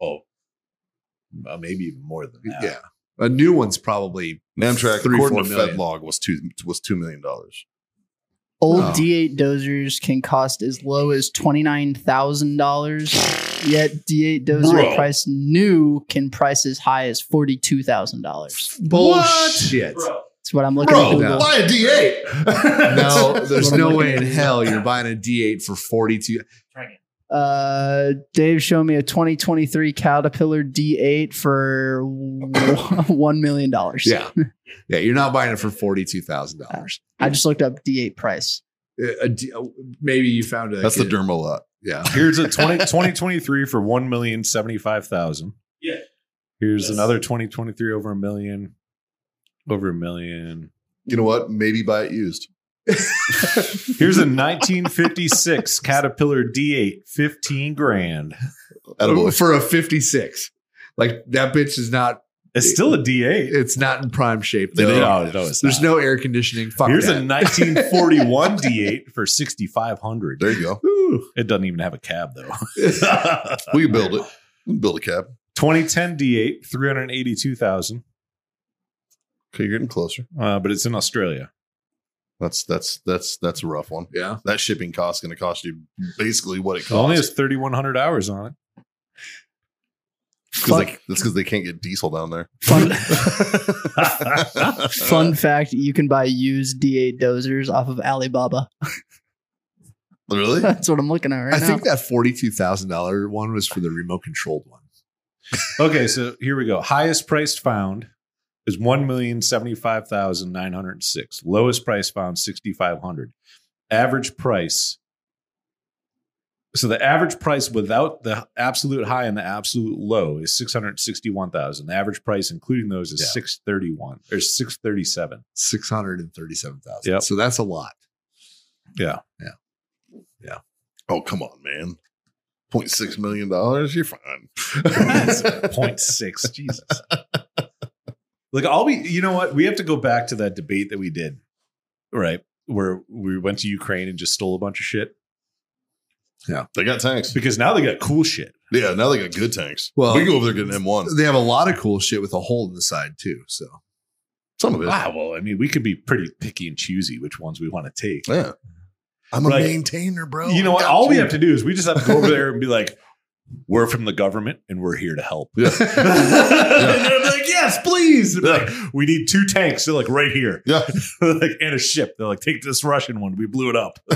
Speaker 3: oh, uh, maybe even more than that.
Speaker 2: Yeah, a new one's probably
Speaker 1: Amtrak,
Speaker 2: Three,
Speaker 1: according
Speaker 2: four
Speaker 1: to
Speaker 2: million.
Speaker 1: FedLog, was two was two million dollars.
Speaker 5: Old
Speaker 2: Oh.
Speaker 5: D8 dozers can cost as low as $29,000, yet D8 dozer
Speaker 1: Bro.
Speaker 5: price new can price as high as $42,000.
Speaker 2: bullshit.
Speaker 6: Bro,
Speaker 5: That's what I'm looking at.
Speaker 1: Bro,
Speaker 5: Google.
Speaker 1: buy a D eight.
Speaker 2: No, there's
Speaker 5: What am I
Speaker 2: no way in
Speaker 5: looking at?
Speaker 2: hell you're buying a D eight for forty two.
Speaker 6: try again.
Speaker 5: Uh, Dave showed me a 2023 Caterpillar D8 for one million dollars.
Speaker 2: Yeah, yeah, you're not buying it for forty two thousand dollars.
Speaker 5: I just looked up D8 price.
Speaker 2: a D- uh, maybe you found a
Speaker 1: That's the dermal lot.
Speaker 2: Yeah.
Speaker 3: Here's a 20, 2023 for one million seventy five thousand.
Speaker 6: Yeah.
Speaker 3: Here's
Speaker 6: Yes.
Speaker 3: another twenty twenty three over a million, over a million.
Speaker 1: You know what? Maybe buy it used.
Speaker 3: Here's a nineteen fifty six Caterpillar D eight, fifteen grand.
Speaker 1: Edible.
Speaker 2: For a 56. Like that bitch is not
Speaker 3: It's still a D eight.
Speaker 2: it's not in prime shape.
Speaker 1: They
Speaker 2: though.
Speaker 1: did.
Speaker 3: No, no, it's
Speaker 2: There's
Speaker 3: not.
Speaker 2: no air conditioning. Fuck
Speaker 3: Here's a
Speaker 2: that.
Speaker 3: 1941 D8 for 6,500.
Speaker 1: There you go.
Speaker 2: Ooh.
Speaker 3: It doesn't even have a cab though.
Speaker 1: We can build it. We can build a cab.
Speaker 3: 2010 D8, 382,000,
Speaker 1: Okay, you're getting closer.
Speaker 3: uh, but it's in Australia.
Speaker 1: That's that's that's that's a rough one.
Speaker 2: Yeah.
Speaker 1: That shipping cost going to cost you basically what it
Speaker 3: It only has
Speaker 1: costs.
Speaker 3: 3,100 hours on it.
Speaker 1: Because
Speaker 5: Fuck.
Speaker 1: that's because they can't get diesel down there.
Speaker 5: Fun,
Speaker 1: Uh,
Speaker 5: fun fact: you can buy used D8 dozers off of Alibaba.
Speaker 1: Really?
Speaker 5: That's what I'm looking at right
Speaker 2: I
Speaker 5: now.
Speaker 2: think that $42,000 one was for the remote controlled one.
Speaker 3: okay, so here we go. Highest price found is 1,075,906. Lowest price found 6,500. Average price. So the average price without the absolute high and the absolute low is 661,000. The average price including those is
Speaker 2: Yeah.
Speaker 3: 631 or 637.
Speaker 2: 637,000.
Speaker 3: Yep.
Speaker 2: So that's a lot.
Speaker 1: Oh, come on, man. $0.6 million? You're fine.
Speaker 3: That's 0.6. Jesus. Like I'll be, you know what? We have to go back to that debate that we did, right? Where we went to Ukraine and just stole a bunch of shit
Speaker 1: they got tanks.
Speaker 3: because now they got cool shit.
Speaker 1: Yeah, now they got good tanks.
Speaker 2: Well-
Speaker 1: we go over there getting M1.
Speaker 2: They have a lot of cool shit with a hole in the side too. So
Speaker 1: Some of it.
Speaker 3: Wow. Ah, Well, I mean, we can be pretty picky and choosy which ones we want to take.
Speaker 1: Yeah. I'm
Speaker 3: Like,
Speaker 1: a maintainer, bro.
Speaker 3: you know
Speaker 1: I
Speaker 3: what?
Speaker 1: got
Speaker 3: All we
Speaker 1: you.
Speaker 3: have to do is we just have to go over there and be like, we're from the government and we're here to help.
Speaker 1: Yeah.
Speaker 3: And they're like, yes, please. And they're like, we need two tanks. They're like, right here.
Speaker 1: Yeah.
Speaker 3: like, and a ship. They're like, take this Russian one. We blew it up.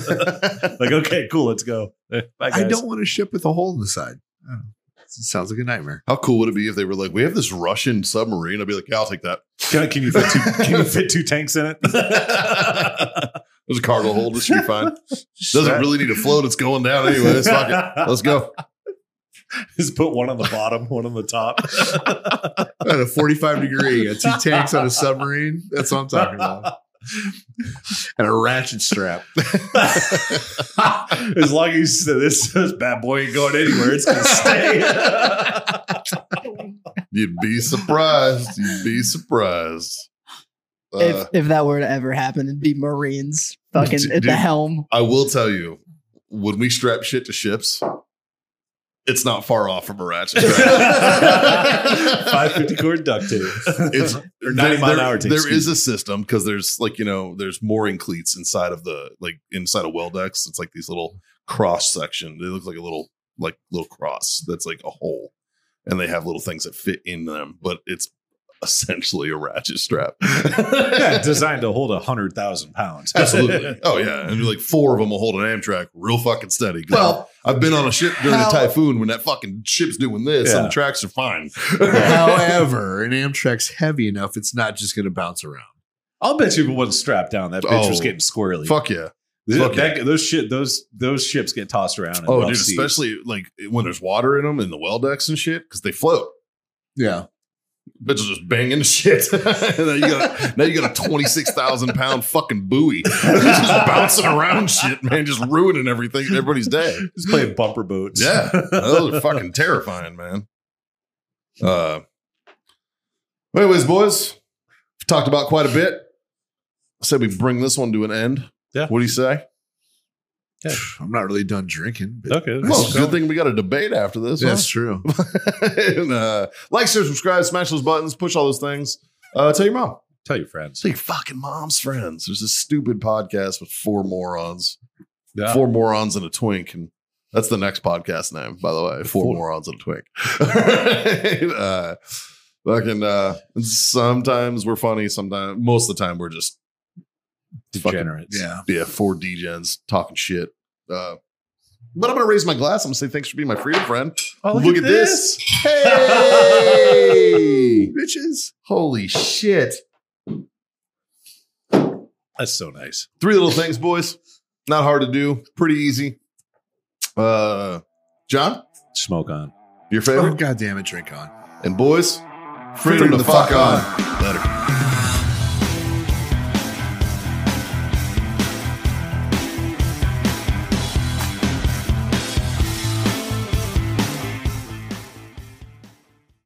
Speaker 3: like, okay, cool. Let's go. Bye, guys.
Speaker 2: I don't want to ship with a hole in the side. Oh, sounds like a nightmare.
Speaker 1: How cool would it be if they were like, we have this Russian submarine? I'd be like, yeah, I'll take that.
Speaker 3: Can, can you fit two, can you fit two tanks in it?
Speaker 1: There's a cargo hold. This should be fine. Doesn't really need a float. It's going down anyways. Fuck it. Let's go.
Speaker 3: Just put one on the bottom, one on the top.
Speaker 2: At a 45 degree, got two tanks on a submarine. That's what I'm talking about. And a ratchet strap.
Speaker 3: as long as you say this, this bad boy ain't going anywhere, it's gonna stay.
Speaker 1: You'd be surprised. You'd be surprised. Uh,
Speaker 5: if if that were to ever happen, it'd be Marines fucking
Speaker 1: d-
Speaker 5: at
Speaker 1: dude.
Speaker 5: the helm.
Speaker 1: I will tell you, when we strap shit to ships, it's not far off from a ratchet strap.
Speaker 3: 550 cord duct tape.
Speaker 1: it's
Speaker 3: Or 90 mile an hour tape,
Speaker 1: There
Speaker 3: excuse
Speaker 1: is a system because there's like you know there's mooring cleats inside of the like inside of Weldex. It's like these little cross section. They look like a little like little cross that's like a hole, and they have little things that fit in them. But it's essentially a ratchet strap.
Speaker 3: Yeah, designed to hold a hundred thousand pounds.
Speaker 1: Absolutely. Oh yeah, and like four of them will hold an Amtrak real fucking steady. 'Cause
Speaker 2: Well,
Speaker 1: I've been on a ship during
Speaker 2: how-
Speaker 1: a typhoon when that fucking ship's doing this
Speaker 3: Yeah.
Speaker 1: and the tracks are fine.
Speaker 2: however, an Amtrak's heavy enough, it's not just going to bounce around.
Speaker 3: I'll bet you if it wasn't strapped down, that bitch
Speaker 1: Oh,
Speaker 3: was getting squirrely.
Speaker 1: Fuck yeah.
Speaker 3: Th-
Speaker 1: fuck
Speaker 3: that- those shit, those those ships get tossed around. in
Speaker 1: Oh,
Speaker 3: rough
Speaker 1: dude,
Speaker 3: seas.
Speaker 1: especially like when there's water in them and the well decks and shit because they float.
Speaker 2: Yeah.
Speaker 1: Bitches just banging the shit. And now you got now you got a twenty six thousand pound fucking buoy just bouncing around shit, man, just ruining everything, everybody's day.
Speaker 3: just playing bumper boats.
Speaker 1: Yeah, Oh, those are fucking terrifying, man. Uh, anyways, boys, we've talked about quite a bit. I said we bring this one to an end.
Speaker 3: Yeah.
Speaker 1: What do you say?
Speaker 2: I'm not really done drinking, but
Speaker 3: okay.
Speaker 1: Well,
Speaker 2: Well,
Speaker 1: it's a good thing we got a debate after this. huh?
Speaker 2: that's true.
Speaker 1: and, uh, like, share, subscribe, smash those buttons, push all those things. Uh, tell your mom.
Speaker 3: Tell your friends.
Speaker 1: Tell your fucking mom's friends. There's this stupid podcast with four morons,
Speaker 3: Yeah.
Speaker 1: four morons and a twink, and that's the next podcast name, by the way. Four,
Speaker 3: Four.
Speaker 1: morons and a twink. uh, fucking. Uh, sometimes we're funny. Sometimes, most of the time, we're just
Speaker 3: Degenerates.
Speaker 2: Yeah.
Speaker 1: yeah, four degens talking shit. Uh, but I'm gonna raise my glass. I'm gonna say thanks for being my freedom friend.
Speaker 3: Oh,
Speaker 1: Look at this. Hey, bitches! Holy shit!
Speaker 3: That's so nice.
Speaker 1: Three little things, boys. Not hard to do. Pretty easy. Uh, John,
Speaker 3: Smoke on.
Speaker 1: your
Speaker 2: Oh,
Speaker 1: favorite,
Speaker 2: God damn it, drink on.
Speaker 1: and boys, freedom, to fuck on. Later.